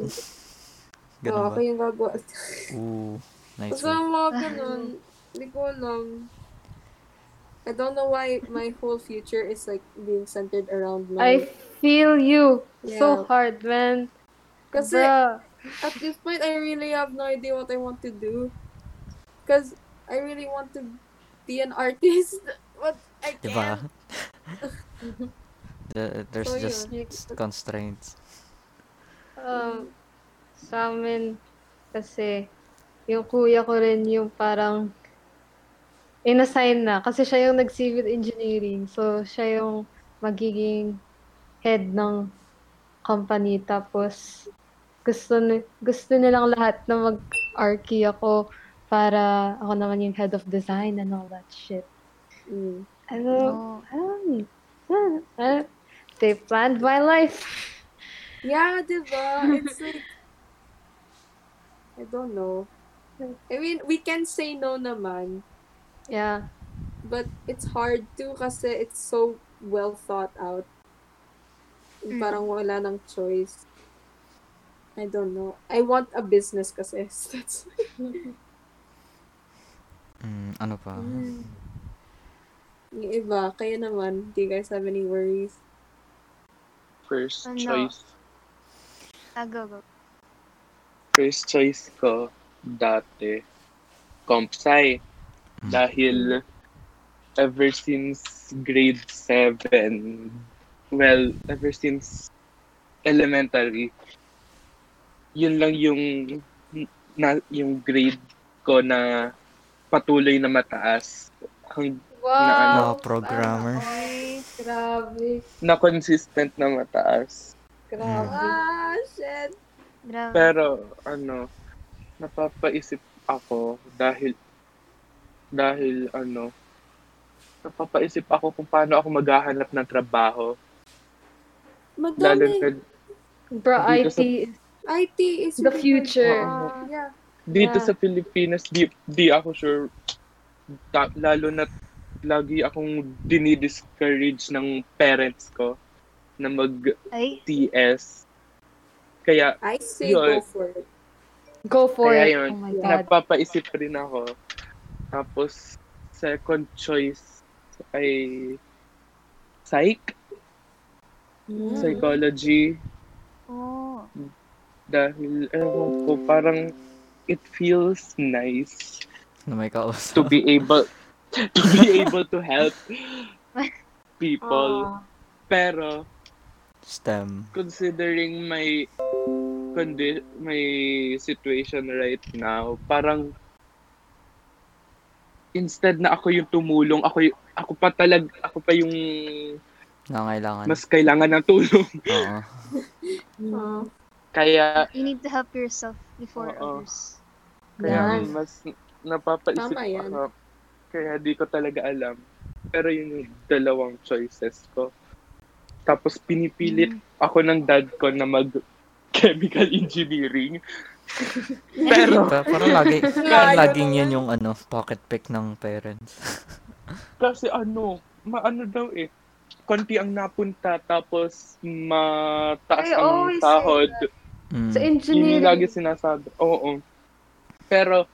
[SPEAKER 3] Ganun
[SPEAKER 1] Oo,
[SPEAKER 3] ba?
[SPEAKER 1] ako yung gagawa.
[SPEAKER 3] Ooh, nice.
[SPEAKER 1] Basta
[SPEAKER 3] work.
[SPEAKER 1] yung
[SPEAKER 2] Ah.
[SPEAKER 1] mga ganun, hindi ko alam. I don't know why my whole future is like being centered around
[SPEAKER 2] I
[SPEAKER 1] money.
[SPEAKER 2] feel you
[SPEAKER 1] Yeah.
[SPEAKER 2] so hard, man.
[SPEAKER 1] Kasi
[SPEAKER 2] Bruh.
[SPEAKER 1] at this point, I really have no idea what I want to do. Because I really want to be an artist, but I
[SPEAKER 3] Diba?
[SPEAKER 1] can't.
[SPEAKER 3] The- there's
[SPEAKER 1] So,
[SPEAKER 3] just
[SPEAKER 2] yun.
[SPEAKER 3] constraints.
[SPEAKER 2] Um, sa amin, kasi, yung kuya ko rin yung parang inassign na. Kasi siya yung nag-civil engineering. So, siya yung magiging head ng company. Tapos, gusto, ni- gusto nilang lahat na mag-arky ako para ako naman yung head of design and all that shit.
[SPEAKER 1] Mm.
[SPEAKER 2] Ano?
[SPEAKER 5] Oh,
[SPEAKER 2] Um, ah, ah, they planned my life.
[SPEAKER 1] Yeah, diba? It's like, I don't know. I mean, we can say no naman,
[SPEAKER 2] Yeah.
[SPEAKER 1] but it's hard too kasi it's so well thought out. Yung
[SPEAKER 5] Mm.
[SPEAKER 1] Parang wala ng choice. I don't know. I want a business kasi. That's
[SPEAKER 3] Mm, ano pa?
[SPEAKER 1] yung iba. Kaya naman, do you guys have any worries?
[SPEAKER 4] First
[SPEAKER 5] Ano?
[SPEAKER 4] choice.
[SPEAKER 5] Ah, go, go.
[SPEAKER 4] First choice ko dati, comp sci.
[SPEAKER 3] Mm.
[SPEAKER 4] Dahil ever since grade 7, well, ever since elementary, yun lang yung na, yung grade ko na patuloy na mataas. Ang, Na ano,
[SPEAKER 2] Wow!
[SPEAKER 3] Mga programmer.
[SPEAKER 2] Ay, grabe.
[SPEAKER 4] na consistent na mataas.
[SPEAKER 2] Grabe.
[SPEAKER 1] Ah, shit!
[SPEAKER 5] Grabe.
[SPEAKER 4] Pero, ano, napapaisip ako dahil, dahil, ano, napapaisip ako kung paano ako maghahanap ng trabaho. Lalo
[SPEAKER 1] Madami.
[SPEAKER 4] na,
[SPEAKER 2] Bro,
[SPEAKER 4] Dito
[SPEAKER 2] IT
[SPEAKER 4] sa-
[SPEAKER 2] is
[SPEAKER 1] IT is
[SPEAKER 2] the
[SPEAKER 1] really
[SPEAKER 2] future.
[SPEAKER 4] Oo.
[SPEAKER 1] hard. Yeah.
[SPEAKER 4] dito
[SPEAKER 2] Yeah.
[SPEAKER 4] sa Pilipinas, di, di ako sure, ta- lalo na, lagi akong dinidiscourage ng parents ko na
[SPEAKER 5] Ay,
[SPEAKER 4] mag-TS. Kaya,
[SPEAKER 1] I say go
[SPEAKER 4] Yun.
[SPEAKER 1] for it.
[SPEAKER 2] Go for
[SPEAKER 4] Kaya
[SPEAKER 2] it.
[SPEAKER 4] yun.
[SPEAKER 2] Oh my God.
[SPEAKER 4] napapaisip rin ako. Tapos, second choice ay psych,
[SPEAKER 2] Mm.
[SPEAKER 4] psychology,
[SPEAKER 5] oo.
[SPEAKER 4] dahil, ewan ko, parang it feels nice
[SPEAKER 3] Na Ano may kausap.
[SPEAKER 4] to be able to be able to help people.
[SPEAKER 2] Ah.
[SPEAKER 4] Pero,
[SPEAKER 3] STEM.
[SPEAKER 4] considering my condi- my situation right now, parang instead na ako yung tumulong, ako y- ako pa talag ako pa yung
[SPEAKER 3] Nangangailangan.
[SPEAKER 4] mas kailangan ng tulong.
[SPEAKER 3] Oo.
[SPEAKER 1] Ah.
[SPEAKER 4] Kaya
[SPEAKER 5] You need to help yourself before
[SPEAKER 4] Oo.
[SPEAKER 5] others.
[SPEAKER 4] kaya
[SPEAKER 2] Yan.
[SPEAKER 4] mas napapaisip
[SPEAKER 1] Tama yan.
[SPEAKER 4] ako. Kaya di ko talaga alam. Pero yun yung dalawang choices ko. Tapos pinipilit
[SPEAKER 1] Mm.
[SPEAKER 4] ako ng dad ko na mag chemical engineering. Pero
[SPEAKER 3] Pa- parang lagi,
[SPEAKER 1] ayaw
[SPEAKER 3] parang laging
[SPEAKER 1] naman.
[SPEAKER 3] yun yung ano, pocket pick ng parents.
[SPEAKER 4] Kasi ano, maano daw eh. Konti ang napunta tapos mataas
[SPEAKER 2] They
[SPEAKER 4] ang
[SPEAKER 2] always say
[SPEAKER 4] sahod.
[SPEAKER 3] Mm.
[SPEAKER 2] Sa
[SPEAKER 4] Yun
[SPEAKER 2] engineering.
[SPEAKER 4] yung lagi sinasabi. Oo. Pero,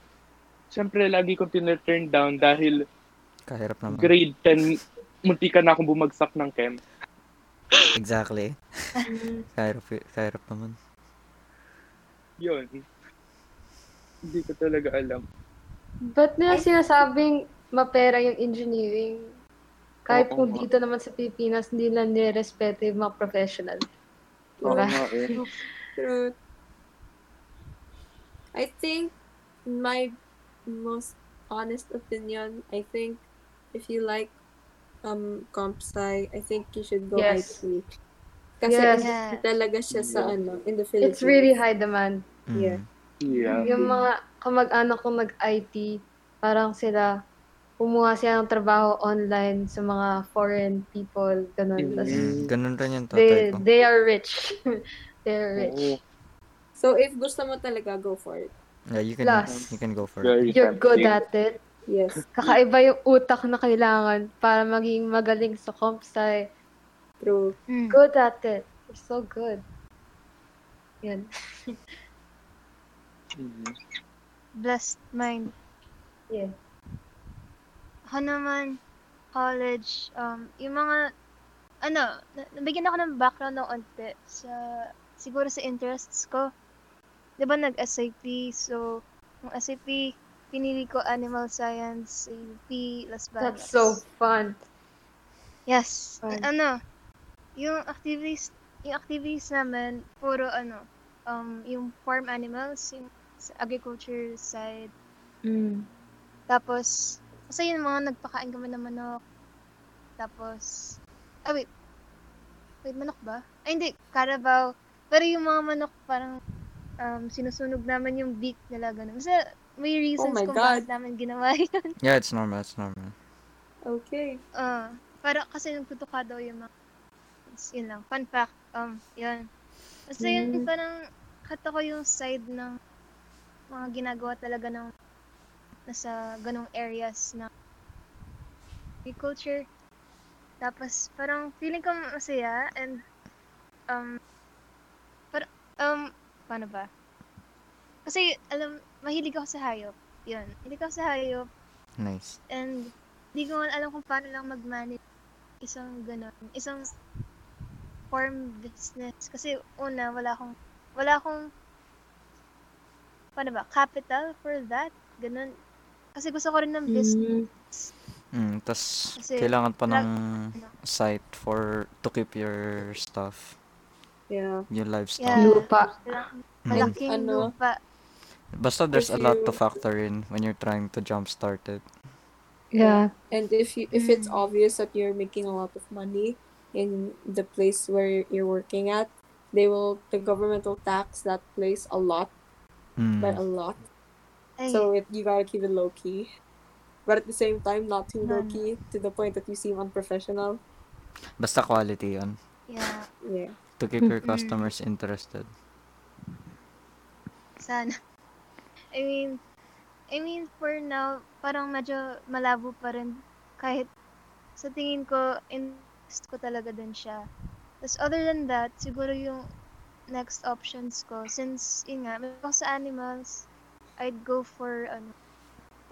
[SPEAKER 4] syempre lagi kong tineturn down dahil
[SPEAKER 3] Kahirap naman.
[SPEAKER 4] grade 10, munti ka na akong bumagsak ng chem.
[SPEAKER 3] Exactly.
[SPEAKER 2] Mm.
[SPEAKER 3] Kahirap, y- kahirap naman.
[SPEAKER 4] Yun. Hindi ko talaga alam.
[SPEAKER 2] Ba't nila sinasabing mapera yung engineering? Kahit
[SPEAKER 4] Oo
[SPEAKER 2] kung
[SPEAKER 4] nga.
[SPEAKER 2] dito naman sa Pilipinas, hindi lang
[SPEAKER 4] eh.
[SPEAKER 2] nirespeto yung mga professional.
[SPEAKER 4] Oo
[SPEAKER 2] Diba?
[SPEAKER 4] nga eh.
[SPEAKER 1] Truth. I think my most honest opinion, I think if you like um comp sci, I think you should go
[SPEAKER 2] Yes.
[SPEAKER 1] IT. Kasi
[SPEAKER 2] Yes.
[SPEAKER 5] Yeah.
[SPEAKER 1] talaga siya sa
[SPEAKER 4] Yeah.
[SPEAKER 1] ano, in the Philippines.
[SPEAKER 2] It's really high demand.
[SPEAKER 1] Yeah.
[SPEAKER 4] Yeah.
[SPEAKER 2] Yung mga kamag-anak kong nag-IT, parang sila, kumuha sila ng trabaho online sa mga foreign people, ganun. Tas
[SPEAKER 3] Mm, ganun rin yung tatay
[SPEAKER 2] they,
[SPEAKER 3] ko.
[SPEAKER 2] they are rich. They're rich.
[SPEAKER 4] Oo,
[SPEAKER 1] So if gusto mo talaga, go for it.
[SPEAKER 3] Yeah, you can
[SPEAKER 2] Plus,
[SPEAKER 3] you can go for it.
[SPEAKER 4] very
[SPEAKER 2] You're good
[SPEAKER 4] tempting.
[SPEAKER 2] at it.
[SPEAKER 1] Yes,
[SPEAKER 2] Kakaiba yung utak na kailangan para maging magaling sa comp sci.
[SPEAKER 1] true.
[SPEAKER 5] Mm.
[SPEAKER 2] Good at it. You're so good. Yan.
[SPEAKER 4] Mm.
[SPEAKER 5] Blessed mind.
[SPEAKER 2] Yeah.
[SPEAKER 5] Ako naman, college, um, yung mga, ano, na- nabigyan ako ng background ng onte sa, siguro sa interests ko. Di ba nag-SIP, so, yung SIP, pinili ko Animal Science, sa UP, Las Vegas.
[SPEAKER 2] That's so fun.
[SPEAKER 5] Yes.
[SPEAKER 2] Oh.
[SPEAKER 5] Ano, yung activities, yung activities namin, puro ano, um, yung farm animals, yung sa agriculture side.
[SPEAKER 2] Mm.
[SPEAKER 5] Tapos, kasi yung mga nagpakain kami ng manok. Tapos, ah wait. Wait, manok ba? Ay hindi, carabao. Pero yung mga manok parang um, sinusunog naman yung beak nila, ganun. Kasi may reasons
[SPEAKER 1] Oh my
[SPEAKER 5] kung
[SPEAKER 1] God.
[SPEAKER 5] bakit namin ginawa yun.
[SPEAKER 3] Yeah, it's normal, it's normal.
[SPEAKER 1] Okay.
[SPEAKER 5] Ah, para kasi nagtutuka daw yung mga Tapos yun lang, fun fact, um, yun. Basta yun,
[SPEAKER 1] Mm.
[SPEAKER 5] parang kata ko yung side ng mga ginagawa talaga ng nasa ganong areas na agriculture. Tapos parang feeling ko masaya and um, par um, paano ba? Kasi alam, mahilig ako sa hayop. Yun, mahilig ako sa hayop.
[SPEAKER 3] Nice.
[SPEAKER 5] And di ko nga alam kung paano lang mag-manage isang ganun, isang farm business. Kasi una, wala akong, wala akong, paano ba, capital for that. Ganun. Kasi gusto ko rin ng business.
[SPEAKER 3] Mm, tas
[SPEAKER 5] Kasi
[SPEAKER 3] kailangan pa
[SPEAKER 5] lag-
[SPEAKER 3] ng
[SPEAKER 5] ano.
[SPEAKER 3] site for to keep your stuff,
[SPEAKER 1] Yeah.
[SPEAKER 3] your livestock.
[SPEAKER 5] Yeah.
[SPEAKER 2] Lupa.
[SPEAKER 5] Kailangan-
[SPEAKER 3] Mm.
[SPEAKER 5] Malaking
[SPEAKER 1] Ano?
[SPEAKER 5] lupa.
[SPEAKER 3] Basta there's
[SPEAKER 1] If
[SPEAKER 3] a lot to
[SPEAKER 1] you-
[SPEAKER 3] factor in when you're trying to jumpstart it.
[SPEAKER 2] Yeah.
[SPEAKER 1] And if you if it's
[SPEAKER 5] Mm.
[SPEAKER 1] obvious that you're making a lot of money in the place where you're working at, they will the government will tax that place a lot,
[SPEAKER 3] Mm.
[SPEAKER 1] but a lot.
[SPEAKER 5] Ay,
[SPEAKER 1] So it, you gotta keep it low key. But at the same time, not too
[SPEAKER 2] Hmm.
[SPEAKER 5] No,
[SPEAKER 1] low
[SPEAKER 5] no.
[SPEAKER 1] key to the point that you seem unprofessional.
[SPEAKER 3] Basta quality yun.
[SPEAKER 5] yeah.
[SPEAKER 1] Yeah.
[SPEAKER 3] To keep your
[SPEAKER 5] Mm.
[SPEAKER 3] customers interested.
[SPEAKER 5] Sana. I mean, I mean, for now, parang medyo malabo pa rin. Kahit sa tingin ko, interest ko talaga din siya. Tapos other than that, siguro yung next options ko, since, yun nga, may ako sa animals, I'd go for, ano,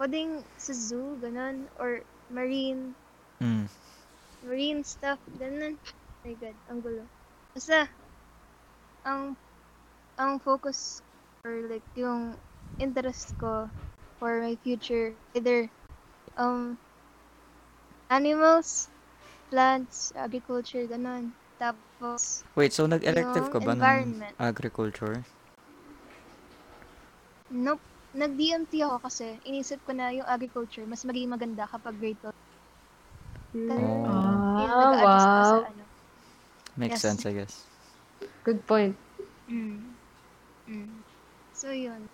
[SPEAKER 5] pwedeng sa zoo, ganun, or marine,
[SPEAKER 3] Mm.
[SPEAKER 5] marine stuff, ganun. My God, ang gulo. Basta, ang, ang focus or like yung interest ko for my future, either um, animals, plants, agriculture, ganun. Tapos,
[SPEAKER 3] Wait, so nag-elective
[SPEAKER 5] Yung
[SPEAKER 3] ka ba ng
[SPEAKER 5] environment.
[SPEAKER 3] agriculture?
[SPEAKER 5] nope, nag-DMT ako kasi inisip ko na yung agriculture, mas magiging maganda kapag grade
[SPEAKER 2] Hmm.
[SPEAKER 5] 12. Mm.
[SPEAKER 1] Hmm.
[SPEAKER 3] Oh.
[SPEAKER 5] Yun,
[SPEAKER 2] Ah,
[SPEAKER 5] nag-a-adjust ako
[SPEAKER 2] wow.
[SPEAKER 5] sa ano.
[SPEAKER 3] Makes
[SPEAKER 5] Yes.
[SPEAKER 3] sense, I guess.
[SPEAKER 2] Good point.
[SPEAKER 5] Mm. Mm. So, yun.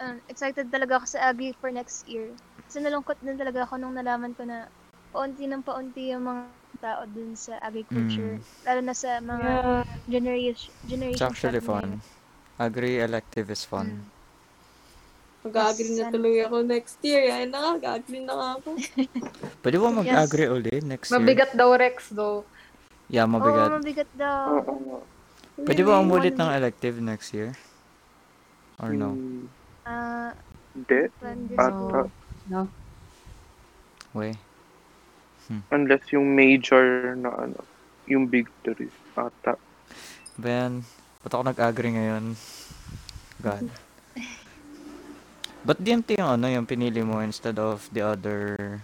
[SPEAKER 5] Um, excited talaga ako sa Agri for next year. Kasi nalungkot din talaga ako nung nalaman ko na paunti ng paunti yung mga tao dun sa agriculture. Lalo na sa mga
[SPEAKER 2] Yeah.
[SPEAKER 5] generation generation
[SPEAKER 3] It's actually
[SPEAKER 5] gap ngayon.
[SPEAKER 3] fun. Agri elective is
[SPEAKER 5] Mm.
[SPEAKER 3] fun.
[SPEAKER 1] Mag-agree na
[SPEAKER 5] Yes,
[SPEAKER 1] tuloy ako next year. Ay na nga, agree na nga ako.
[SPEAKER 3] Pwede ba mag-agri ulit next year?
[SPEAKER 2] Mabigat daw Rex though.
[SPEAKER 3] Yeah,
[SPEAKER 5] Oo,
[SPEAKER 3] mabigat.
[SPEAKER 5] mabigat daw.
[SPEAKER 3] Pwede ba
[SPEAKER 5] Really?
[SPEAKER 3] umulit ng
[SPEAKER 5] Wanna-
[SPEAKER 3] elective next year? Or
[SPEAKER 5] Hmm.
[SPEAKER 3] no?
[SPEAKER 4] Mm,
[SPEAKER 5] Ah,
[SPEAKER 4] Hindi. ah,
[SPEAKER 5] when this
[SPEAKER 4] Ata.
[SPEAKER 2] No.
[SPEAKER 3] Way.
[SPEAKER 4] Unless yung major na ano, yung big three. Ata.
[SPEAKER 3] Ben, ba't ako nag-agri ngayon? God. Ba't DMT yung ano, yung pinili mo instead of the other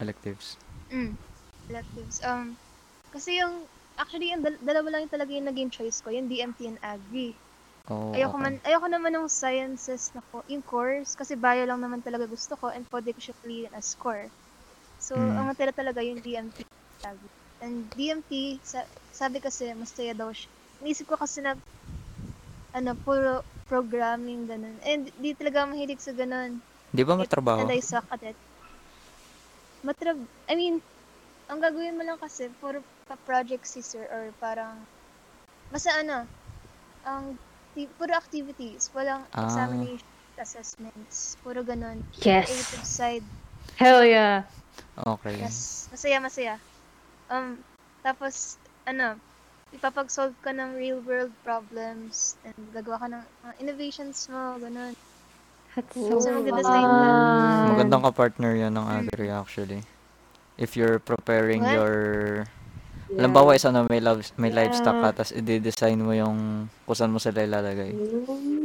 [SPEAKER 3] electives?
[SPEAKER 5] Mm. Electives. Um, kasi yung, actually, yung dal- dalawa lang yung talaga yung naging choice ko, yung DMT and Agri.
[SPEAKER 3] Oh,
[SPEAKER 5] Ayoko
[SPEAKER 3] okay.
[SPEAKER 5] man ayoko naman ng sciences na ko, yung course kasi bio lang naman talaga gusto ko and pwede ko siya clean as core. So,
[SPEAKER 3] Mm.
[SPEAKER 5] ang matira talaga yung DMT. sabi. And DMT, sa, sabi kasi masaya daw siya. Inisip ko kasi na ano, puro programming ganun. And di talaga ako mahilig sa ganun.
[SPEAKER 3] Di ba matrabaho?
[SPEAKER 5] And I suck at it. Matrab... I mean, ang gagawin mo lang kasi, for pa-project sister or parang... Basta ano, ang ti- puro activities, walang
[SPEAKER 3] Ah.
[SPEAKER 5] examination assessments, puro ganun.
[SPEAKER 2] Yes.
[SPEAKER 5] Creative side,
[SPEAKER 2] Hell yeah.
[SPEAKER 3] Okay.
[SPEAKER 5] yes. Masaya, masaya. Um, tapos, ano, ipapag-solve ka ng real-world problems and gagawa ka ng mga innovations mo, ganun.
[SPEAKER 2] That's
[SPEAKER 1] Oo,
[SPEAKER 2] so
[SPEAKER 5] maganda sa inyo.
[SPEAKER 2] fun.
[SPEAKER 5] Hmm.
[SPEAKER 3] Magandang ka-partner yan ng Agri actually. If you're preparing
[SPEAKER 5] What?
[SPEAKER 3] your...
[SPEAKER 1] Yeah.
[SPEAKER 3] Halimbawa, isa na may, lives, may
[SPEAKER 2] Yeah.
[SPEAKER 3] livestock ka, tapos i-design mo yung kung saan mo sila ilalagay.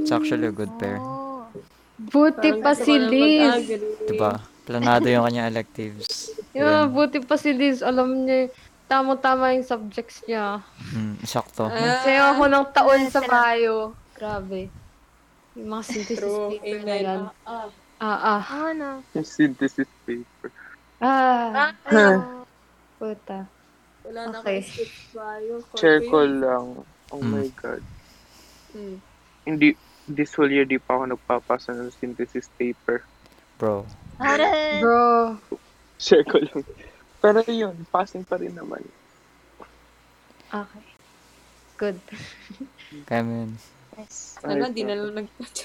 [SPEAKER 3] It's actually a good pair.
[SPEAKER 5] Oh.
[SPEAKER 2] Buti
[SPEAKER 1] Parang
[SPEAKER 2] pa
[SPEAKER 1] gusto ko
[SPEAKER 2] si
[SPEAKER 1] na
[SPEAKER 2] Liz.
[SPEAKER 1] mag-agree.
[SPEAKER 3] Diba? Planado yung kanyang electives.
[SPEAKER 2] Yeah,
[SPEAKER 3] Yun.
[SPEAKER 2] buti pa si Liz. Alam niya, tamang-tama yung subjects niya.
[SPEAKER 3] Mm, sakto.
[SPEAKER 1] Ah,
[SPEAKER 2] Sayo ako ng taon sa
[SPEAKER 5] Tara.
[SPEAKER 2] bio. Grabe. Yung mga synthesis
[SPEAKER 1] True.
[SPEAKER 2] paper na
[SPEAKER 1] Amen.
[SPEAKER 2] yan.
[SPEAKER 1] Ah, ah.
[SPEAKER 2] Ah, ah.
[SPEAKER 5] Oh, no.
[SPEAKER 4] Yung synthesis paper.
[SPEAKER 2] Ah,
[SPEAKER 5] Ano,
[SPEAKER 2] puta.
[SPEAKER 1] Wala na
[SPEAKER 2] Okay.
[SPEAKER 1] akong skip bio. Corpus.
[SPEAKER 4] Charcoal lang. Oh
[SPEAKER 3] Mm.
[SPEAKER 4] my God.
[SPEAKER 1] Mm.
[SPEAKER 4] Hindi, this whole year di pa ako nagpapasa ng synthesis paper.
[SPEAKER 3] Bro.
[SPEAKER 5] Aray.
[SPEAKER 2] Bro.
[SPEAKER 4] Share ko lang. Pero yun, passing pa rin naman.
[SPEAKER 2] Okay. Good.
[SPEAKER 3] Kaya mo yun.
[SPEAKER 5] Yes.
[SPEAKER 1] Sana,
[SPEAKER 4] Ayos
[SPEAKER 1] Ano, di na
[SPEAKER 4] na.
[SPEAKER 1] lang nag-touch.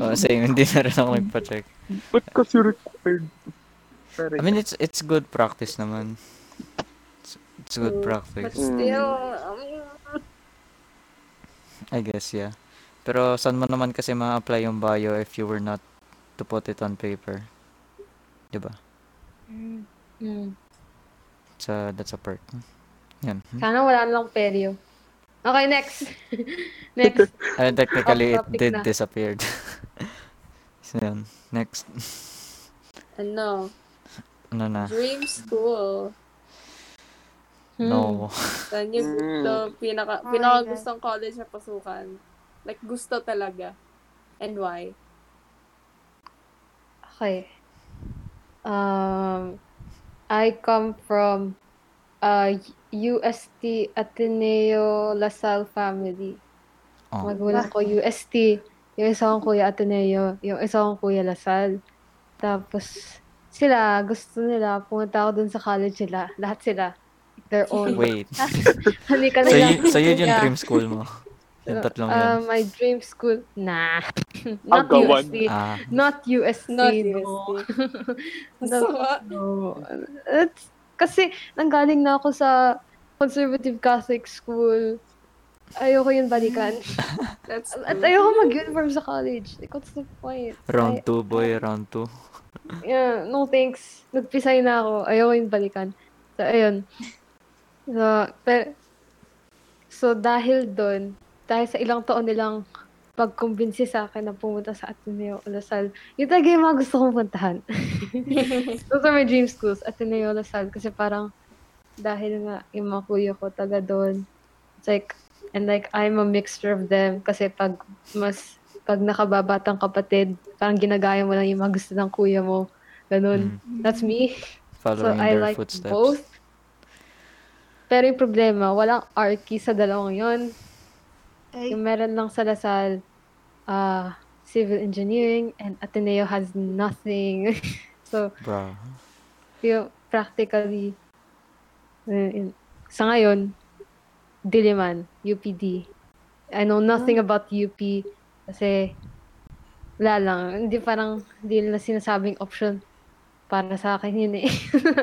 [SPEAKER 3] Oh, same. Hindi na rin ako nagpa-check.
[SPEAKER 4] Ba't kasi required? Pero
[SPEAKER 3] I mean, it's it's good practice naman. It's, it's good
[SPEAKER 1] Mm.
[SPEAKER 3] practice.
[SPEAKER 1] Still, um,
[SPEAKER 3] I guess, yeah. Pero saan mo naman kasi ma-apply yung bio if you were not to put it on paper? Diba?
[SPEAKER 5] Mm.
[SPEAKER 2] Hmm.
[SPEAKER 3] So, that's a perk. Yan.
[SPEAKER 2] Sana wala lang peryo. Okay, next. next.
[SPEAKER 3] Uh, technically, it
[SPEAKER 2] Off topic
[SPEAKER 3] did
[SPEAKER 2] na.
[SPEAKER 3] disappeared. so, yun. Next.
[SPEAKER 1] ano,
[SPEAKER 3] Ano na?
[SPEAKER 1] dream school.
[SPEAKER 2] Hmm.
[SPEAKER 3] No.
[SPEAKER 1] Saan yung
[SPEAKER 4] Mm.
[SPEAKER 1] gusto, pinaka,
[SPEAKER 5] Oh my
[SPEAKER 1] pinaka
[SPEAKER 5] God.
[SPEAKER 1] gustong college na pasukan. Like, gusto talaga. And why?
[SPEAKER 2] Okay. Um, I come from uh, UST Ateneo LaSalle family.
[SPEAKER 3] Oh.
[SPEAKER 2] Magulang ko UST. Yung isa kong kuya Ateneo. Yung isa kong kuya Lasal. Tapos, sila, gusto nila, pumunta ako dun sa college nila. Lahat sila. Their own.
[SPEAKER 3] Wait.
[SPEAKER 2] Halika
[SPEAKER 3] so,
[SPEAKER 2] nila.
[SPEAKER 3] yun, so, yun yung
[SPEAKER 2] Ano Yeah.
[SPEAKER 3] dream school mo. Yung tatlong
[SPEAKER 2] Uh,
[SPEAKER 3] yun.
[SPEAKER 2] my dream school, nah. Not
[SPEAKER 4] Agawan.
[SPEAKER 2] UST.
[SPEAKER 3] Ah.
[SPEAKER 2] Not UST.
[SPEAKER 1] Not uh,
[SPEAKER 2] no.
[SPEAKER 5] Oh.
[SPEAKER 1] UST.
[SPEAKER 2] No.
[SPEAKER 1] Masama.
[SPEAKER 2] No. It's, kasi nanggaling na ako sa conservative Catholic school. Ayoko yun balikan.
[SPEAKER 1] That's
[SPEAKER 2] At
[SPEAKER 1] good.
[SPEAKER 2] ayoko mag-uniform sa college. Like, what's the point?
[SPEAKER 3] Round 2, boy. Round 2.
[SPEAKER 2] Yeah, no thanks. Nagpisay na ako. Ayoko yung balikan. So, ayun. So, pe- so dahil doon, dahil sa ilang taon nilang pagkumbinsi sa akin na pumunta sa Ateneo o Lasal, yun talaga yung mga gusto kong puntahan. Those are my dream schools, Ateneo Lasal. Kasi parang, dahil nga yung mga kuya ko taga doon, it's like, and like, I'm a mixture of them. Kasi pag mas, pag nakababatang kapatid, parang ginagaya mo lang yung mga gusto ng kuya mo. Ganun. That's me. So,
[SPEAKER 3] Following
[SPEAKER 2] I
[SPEAKER 3] their
[SPEAKER 2] like
[SPEAKER 3] footsteps.
[SPEAKER 2] both. Pero yung problema, walang Arky sa dalawang yon.
[SPEAKER 5] Ay,
[SPEAKER 2] Yung meron lang sa Lasal, ah, civil engineering and Ateneo has nothing. so,
[SPEAKER 3] Bro.
[SPEAKER 2] yung practically, uh, in- sa ngayon, Diliman, UPD. I know nothing
[SPEAKER 1] Ah.
[SPEAKER 2] about UP kasi wala lang. Hindi parang, hindi na sinasabing option para sa akin yun eh.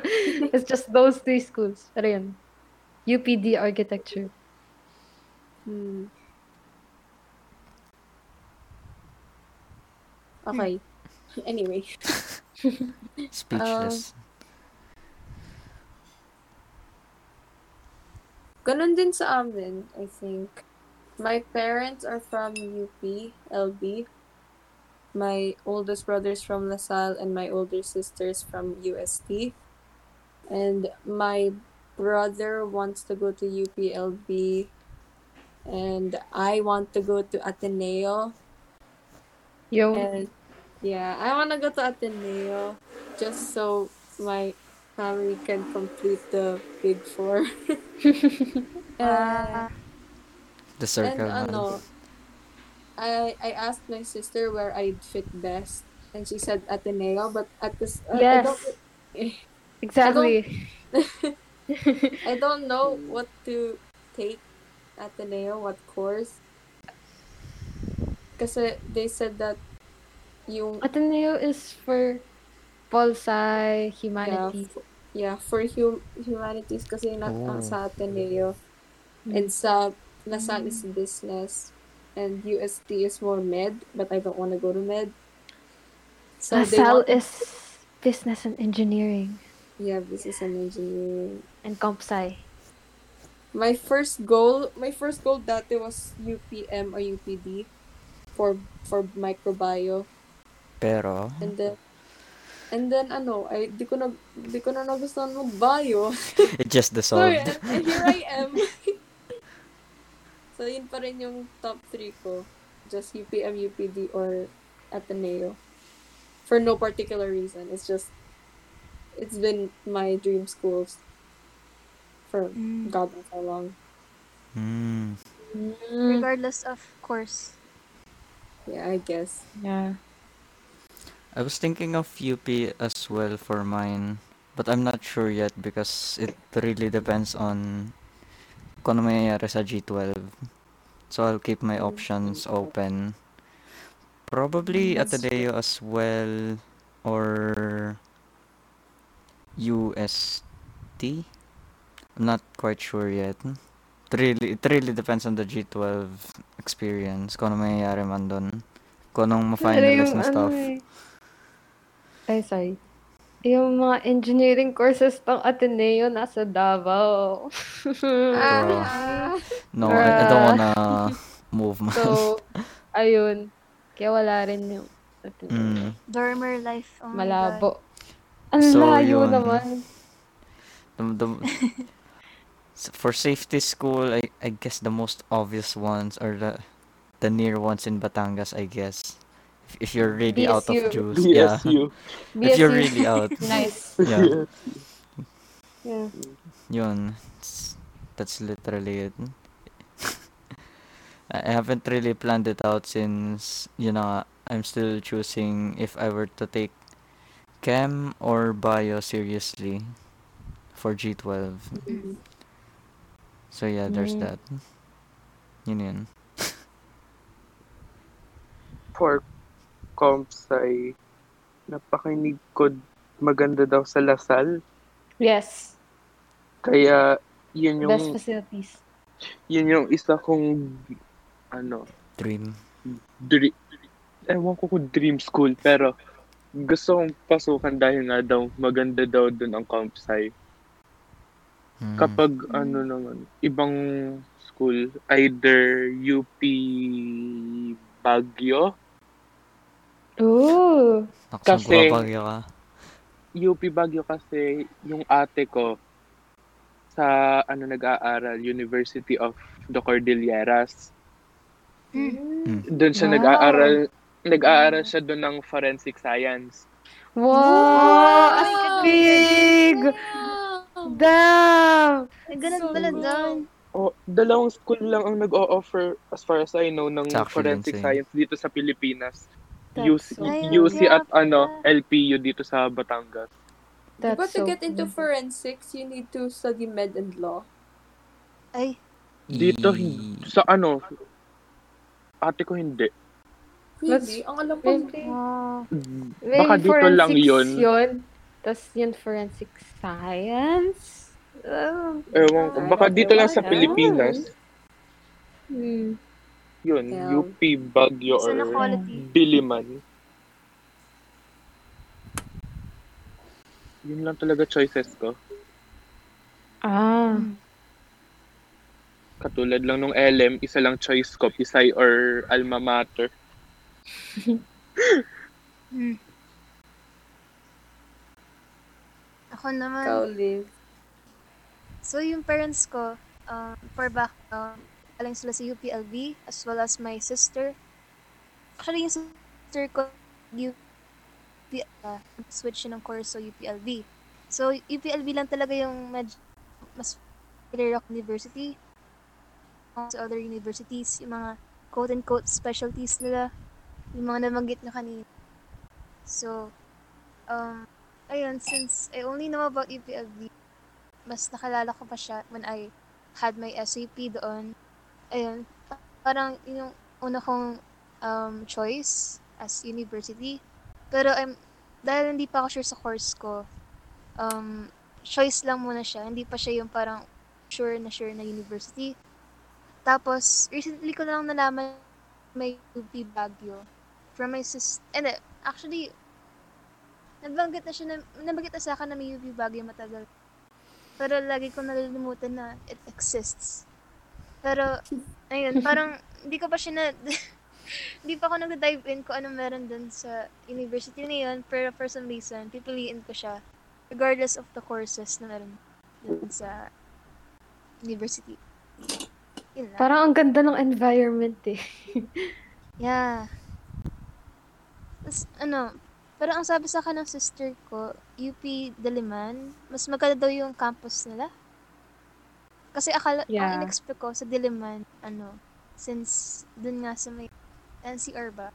[SPEAKER 2] It's just those three schools. Pero yun, UPD Architecture.
[SPEAKER 1] Hmm.
[SPEAKER 5] Hmm.
[SPEAKER 1] Okay. Anyway.
[SPEAKER 2] Um,
[SPEAKER 3] Speechless.
[SPEAKER 1] Ganun din sa amin, I think. My parents are from UP, LB. My oldest brother's from LaSalle and my older sister's from UST. And my brother wants to go to UPLB and I want to go to Ateneo.
[SPEAKER 2] Yung,
[SPEAKER 1] And yeah, I want to go to Ateneo just so my family can complete the big four.
[SPEAKER 5] Ah.
[SPEAKER 1] and,
[SPEAKER 3] The
[SPEAKER 1] and
[SPEAKER 3] circle. man.
[SPEAKER 1] ano, I I asked my sister where I'd fit best, and she said Ateneo, but at this uh, I don't
[SPEAKER 2] yes. Exactly.
[SPEAKER 1] I don't know what to take at the Ateneo, what course. Kasi they said that yung,
[SPEAKER 2] Ateneo is for Polsci,
[SPEAKER 1] yeah,
[SPEAKER 2] Humanities.
[SPEAKER 1] f- yeah, for hum- humanities kasi yun ang ang
[SPEAKER 3] Oh.
[SPEAKER 1] sa Ateneo. And sa, nasa is business. And UST is more med, but I don't want to go to med. So they
[SPEAKER 2] LaSalle
[SPEAKER 1] want,
[SPEAKER 2] is Business and Engineering
[SPEAKER 1] yeah, business and engineering.
[SPEAKER 2] and Comp Sci.
[SPEAKER 1] My first goal, my first goal dati was UPM or UPD for for microbio.
[SPEAKER 3] Pero,
[SPEAKER 1] And then and then ano, ay di ko na di ko na nagustuhan mag-bio.
[SPEAKER 3] it just
[SPEAKER 1] So, and,
[SPEAKER 3] dissolved.
[SPEAKER 1] and here I am. so yun pa rin yung top 3 ko. Just UPM, UPD or Ateneo. For no particular reason. It's just it's been my dream schools for
[SPEAKER 5] Mm.
[SPEAKER 1] God knows how long.
[SPEAKER 3] Hmm.
[SPEAKER 5] Regardless of course.
[SPEAKER 1] Yeah, I guess.
[SPEAKER 2] Yeah.
[SPEAKER 3] I was thinking of UP as well for mine, but I'm not sure yet because it really depends on kung ano mangyayari sa G12. So I'll keep my options open. Probably
[SPEAKER 1] That's true.
[SPEAKER 3] Ateneo as well or UST. I'm not quite sure yet. It really, it really depends on the G12 experience. Kung ano mangyayari man dun. Kung
[SPEAKER 2] Ano
[SPEAKER 3] anong ma-finalist na stuff.
[SPEAKER 2] eh, Ay, sorry. Yung mga engineering courses ng Ateneo nasa Davao.
[SPEAKER 3] Bro. No, I, I don't wanna move man.
[SPEAKER 2] Uh. so, ayun. Kaya wala rin yung Ateneo.
[SPEAKER 3] Mm.
[SPEAKER 5] Dormer life. Oh my God.
[SPEAKER 2] Malabo. Ang
[SPEAKER 3] So,
[SPEAKER 2] layo
[SPEAKER 3] yun.
[SPEAKER 2] naman.
[SPEAKER 3] The, the, s- for safety school, I, I guess the most obvious ones are the the near ones in Batangas, I guess. If, if you're really out of
[SPEAKER 2] BSU.
[SPEAKER 3] juice, yeah.
[SPEAKER 4] BSU.
[SPEAKER 3] If you're
[SPEAKER 2] BSU.
[SPEAKER 3] really out,
[SPEAKER 2] Nice.
[SPEAKER 3] yeah.
[SPEAKER 2] Yeah.
[SPEAKER 3] Yun. It's- That's literally it. I I haven't really planned it out since, you know, I'm still choosing if I were to take chem or bio seriously for G12. So yeah, there's
[SPEAKER 2] Mm.
[SPEAKER 3] that. Yun yun.
[SPEAKER 4] For comp sci, napakinig ko maganda daw sa Lasal.
[SPEAKER 2] Yes.
[SPEAKER 4] Kaya, yun yung,
[SPEAKER 2] Best facilities.
[SPEAKER 4] yun yung isa kong, ano,
[SPEAKER 3] Dream.
[SPEAKER 4] dream, ewan ko kung dream school, pero gusto kong pasukan dahil nga daw, maganda daw dun ang comp sci.
[SPEAKER 3] Mm.
[SPEAKER 4] Kapag, ano naman, ibang school, either UP Baguio,
[SPEAKER 2] Ooh.
[SPEAKER 3] Ako,
[SPEAKER 4] kasi-
[SPEAKER 3] bumabagyo ka.
[SPEAKER 4] UP Baguio kasi yung ate ko sa ano nag-aaral University of the Cordilleras.
[SPEAKER 5] Hmm.
[SPEAKER 4] Doon siya
[SPEAKER 2] Wow.
[SPEAKER 4] nag-aaral nag-aaral siya doon ng forensic science.
[SPEAKER 2] Wow! Ang
[SPEAKER 1] Wow!
[SPEAKER 2] big!
[SPEAKER 1] Wow!
[SPEAKER 2] Damn!
[SPEAKER 5] Ganun
[SPEAKER 1] So
[SPEAKER 5] pala
[SPEAKER 1] cool.
[SPEAKER 5] doon.
[SPEAKER 4] Oh, dalawang school lang ang nag-o-offer as far as I know ng
[SPEAKER 3] It's actually
[SPEAKER 4] forensic
[SPEAKER 3] insane.
[SPEAKER 4] science dito sa Pilipinas.
[SPEAKER 2] That's
[SPEAKER 4] UC,
[SPEAKER 2] so,
[SPEAKER 5] Ayun
[SPEAKER 4] UC
[SPEAKER 5] nga
[SPEAKER 4] at ano
[SPEAKER 5] pala.
[SPEAKER 4] LPU dito sa Batangas.
[SPEAKER 2] that's
[SPEAKER 1] but to
[SPEAKER 2] so
[SPEAKER 1] get into
[SPEAKER 2] cool.
[SPEAKER 1] forensics, you need to study med and law.
[SPEAKER 5] Ay,
[SPEAKER 4] Dito
[SPEAKER 3] E-
[SPEAKER 4] hin- sa ano ate ko hindi.
[SPEAKER 1] Really? Ang alam ko,
[SPEAKER 2] Really?
[SPEAKER 4] Ah.
[SPEAKER 5] wow.
[SPEAKER 2] May
[SPEAKER 4] Baka dito lang
[SPEAKER 2] forensics
[SPEAKER 4] yun.
[SPEAKER 2] yun. Tapos yun, forensic science? Oh,
[SPEAKER 4] Ewan ko. Baka dito lang sa
[SPEAKER 2] Ewan.
[SPEAKER 4] Pilipinas.
[SPEAKER 2] hmm.
[SPEAKER 4] Yun,
[SPEAKER 1] Yeah.
[SPEAKER 4] UP Baguio
[SPEAKER 5] Isa na
[SPEAKER 4] or
[SPEAKER 5] quality.
[SPEAKER 4] Diliman. Yun lang talaga choices ko.
[SPEAKER 2] Ah.
[SPEAKER 4] Katulad lang nung LM, isa lang choice ko, Pisay or Alma Mater.
[SPEAKER 5] Hmm. Ako naman.
[SPEAKER 1] ikaw, Liv.
[SPEAKER 5] So, yung parents ko, um, for background, galing sila sa UPLB as well as my sister. Actually, yung sister ko, UP, uh, switch siya ng course sa UPLB. So, UPLB lang talaga yung medyo mas popular ako university. Um, Sa other universities, yung mga quote-unquote specialties nila, yung mga namanggit na kanina. So, um, ayun, since I only know about UPLB, mas nakalala ko pa siya when I had my SAP doon. Ayun, parang yun yung una kong um, choice as university. Pero I'm, dahil hindi pa ako sure sa course ko, um, choice lang muna siya. Hindi pa siya yung parang sure na sure na university. Tapos, recently ko lang nalaman may UP Baguio from my sis... And eh, actually, nabanggit na siya na, nabanggit na sa akin na may UP Baguio matagal. Pero lagi ko nalilimutan na it exists. Pero, ayun, parang hindi ko pa siya na... Hindi pa ako nag-dive in kung ano meron dun sa university na yun. Pero for some reason, pipiliin ko siya. Regardless of the courses na meron dun sa university. Yun lang.
[SPEAKER 2] Parang ang ganda ng environment eh.
[SPEAKER 5] Yeah. Tapos, ano, pero ang sabi sa akin ng sister ko, UP Diliman, mas maganda daw yung campus nila. Kasi akala,
[SPEAKER 2] Yeah.
[SPEAKER 5] ang in-expect ko sa Diliman, ano, since dun nga sa may NCR ba?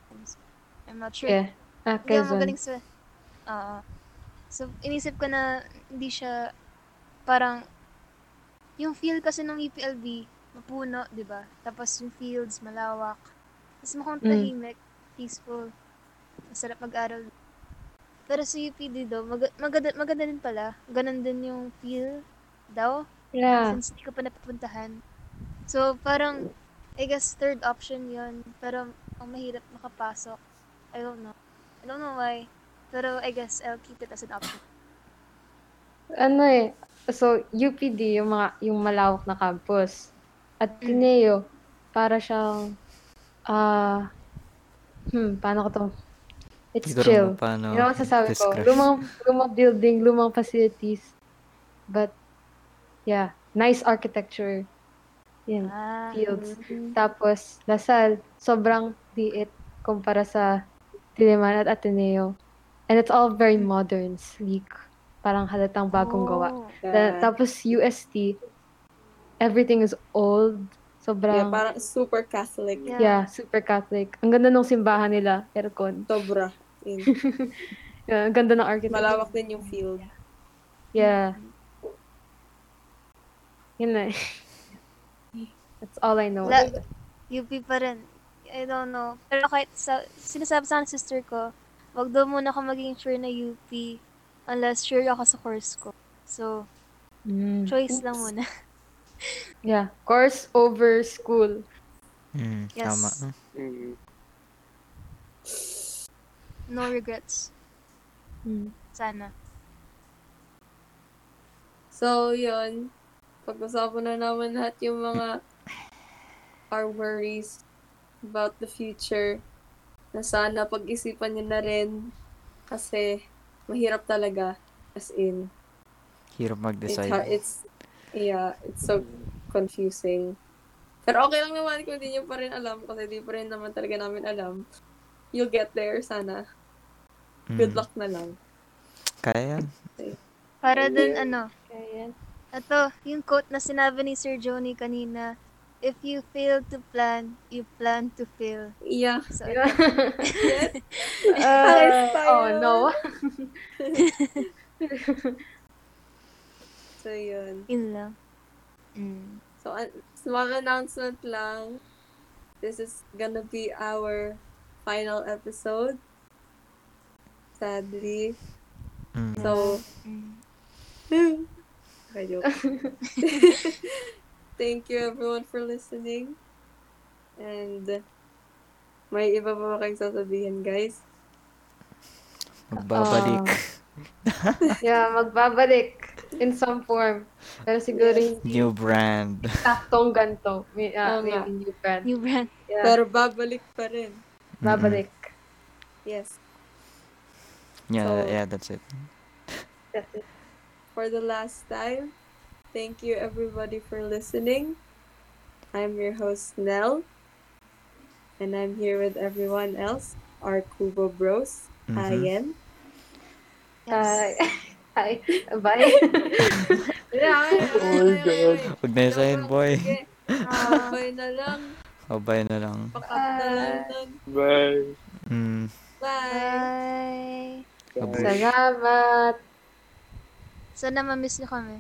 [SPEAKER 5] I'm not sure.
[SPEAKER 2] Yeah. Ah,
[SPEAKER 5] Hindi ako
[SPEAKER 2] Quezon.
[SPEAKER 5] magaling sa... Oo. so, inisip ko na hindi siya parang... Yung feel kasi ng E UPLB, mapuno, di ba? Tapos yung fields, malawak. Tapos mukhang
[SPEAKER 2] Mm.
[SPEAKER 5] tahimik, peaceful. Masarap mag-aral. Pero sa UPD daw, mag- maganda, maganda din pala. Ganun din yung feel daw
[SPEAKER 2] Yeah.
[SPEAKER 5] since hindi ko pa napupuntahan. So, parang, I guess third option yon Pero, ang mahirap makapasok. I don't know. I don't know why. Pero, I guess I'll keep it as an option.
[SPEAKER 2] Ano eh. So, UPD, yung, mga, yung malawak na campus. At Tineo, para siyang, ah, hmm, paano ko to? It's
[SPEAKER 3] Siguro
[SPEAKER 2] chill.
[SPEAKER 3] mo paano
[SPEAKER 2] Yun ang masasabi ko.
[SPEAKER 3] describe.
[SPEAKER 2] Lumang, lumang building, lumang facilities. But, yeah, nice architecture. Yan,
[SPEAKER 5] Ah,
[SPEAKER 2] fields. Tapos, Lasal, sobrang liit kumpara sa Tiliman at Ateneo. And it's all very modern, sleek. Parang halatang bagong gawa.
[SPEAKER 5] Oh.
[SPEAKER 2] Ta- tapos, UST, everything is old.
[SPEAKER 1] Yeah,
[SPEAKER 2] Sobrang, yeah,
[SPEAKER 1] parang super Catholic.
[SPEAKER 5] Yeah.
[SPEAKER 2] super Catholic. Ang ganda ng simbahan nila, aircon.
[SPEAKER 1] Sobra. Yun.
[SPEAKER 2] Yeah, ang ganda ng architecture.
[SPEAKER 1] Malawak din yung field.
[SPEAKER 2] Yeah. Yun na. eh. That's all I know.
[SPEAKER 5] La- UP pa rin. I don't know. Pero kahit sa, sinasabi sa akin ng sister ko, wag daw muna ako maging sure na UP unless sure ako sa course ko. So,
[SPEAKER 2] Mm.
[SPEAKER 5] choice lang muna.
[SPEAKER 2] Yeah. Course over school.
[SPEAKER 3] Mm,
[SPEAKER 5] Yes.
[SPEAKER 3] Tama.
[SPEAKER 4] Mm.
[SPEAKER 5] No regrets.
[SPEAKER 2] Hmm.
[SPEAKER 5] Sana.
[SPEAKER 1] So, yun. Pag-usapan na naman lahat yung mga our worries about the future na sana pag-isipan nyo na rin kasi mahirap talaga. As in,
[SPEAKER 3] Hirap
[SPEAKER 1] it's,
[SPEAKER 3] mag-decide.
[SPEAKER 1] ha- it's, yeah, it's so confusing. Pero okay lang naman kung hindi nyo pa rin alam kasi di pa rin naman talaga namin alam. You'll get there, sana. Good
[SPEAKER 3] Mm.
[SPEAKER 1] luck na lang.
[SPEAKER 3] Kaya yan.
[SPEAKER 5] Para dun, ano,
[SPEAKER 2] Kaya yan.
[SPEAKER 5] Ato, yung quote na sinabi ni Sir Joni kanina, if you fail to plan, you plan to fail.
[SPEAKER 1] Yeah.
[SPEAKER 5] So,
[SPEAKER 1] Yes.
[SPEAKER 2] Uh,
[SPEAKER 1] tayo.
[SPEAKER 2] oh, no.
[SPEAKER 1] So, yun.
[SPEAKER 5] yun lang. Mm.
[SPEAKER 1] So, uh, small announcement lang. This is gonna be our final episode. Sadly.
[SPEAKER 3] Mm.
[SPEAKER 1] So,
[SPEAKER 5] Mm.
[SPEAKER 1] Okay, joke. Thank you everyone for listening. And may iba pa ba kayong sasabihin, guys?
[SPEAKER 3] Magbabalik.
[SPEAKER 1] Ah.
[SPEAKER 2] Yeah, magbabalik in some form. Pero siguro yung
[SPEAKER 3] New brand.
[SPEAKER 2] taktong ganto. May, ah,
[SPEAKER 1] Oo
[SPEAKER 2] may
[SPEAKER 1] nga.
[SPEAKER 2] new brand.
[SPEAKER 5] New brand.
[SPEAKER 2] Yeah.
[SPEAKER 1] Pero babalik pa rin.
[SPEAKER 2] Babalik.
[SPEAKER 1] Yes.
[SPEAKER 3] Yeah,
[SPEAKER 1] So-
[SPEAKER 3] yeah, that's it.
[SPEAKER 2] That's it.
[SPEAKER 1] For the last time, thank you everybody for listening. I'm your host, Nell. And I'm here with everyone else, our Kubo Bros,
[SPEAKER 3] Mhm.
[SPEAKER 1] Ayen,
[SPEAKER 2] Hi.
[SPEAKER 5] Yes.
[SPEAKER 2] Hi. Bye.
[SPEAKER 4] Oh my God.
[SPEAKER 3] Huwag na isahin, boy.
[SPEAKER 1] Sige,
[SPEAKER 5] Ah,
[SPEAKER 1] abay na lang.
[SPEAKER 3] Abay na lang.
[SPEAKER 1] Pakat na lang nun.
[SPEAKER 4] Bye.
[SPEAKER 3] Mm.
[SPEAKER 1] Bye.
[SPEAKER 4] Bye.
[SPEAKER 5] bye.
[SPEAKER 2] Salamat.
[SPEAKER 5] Sana ma-miss niyo kami.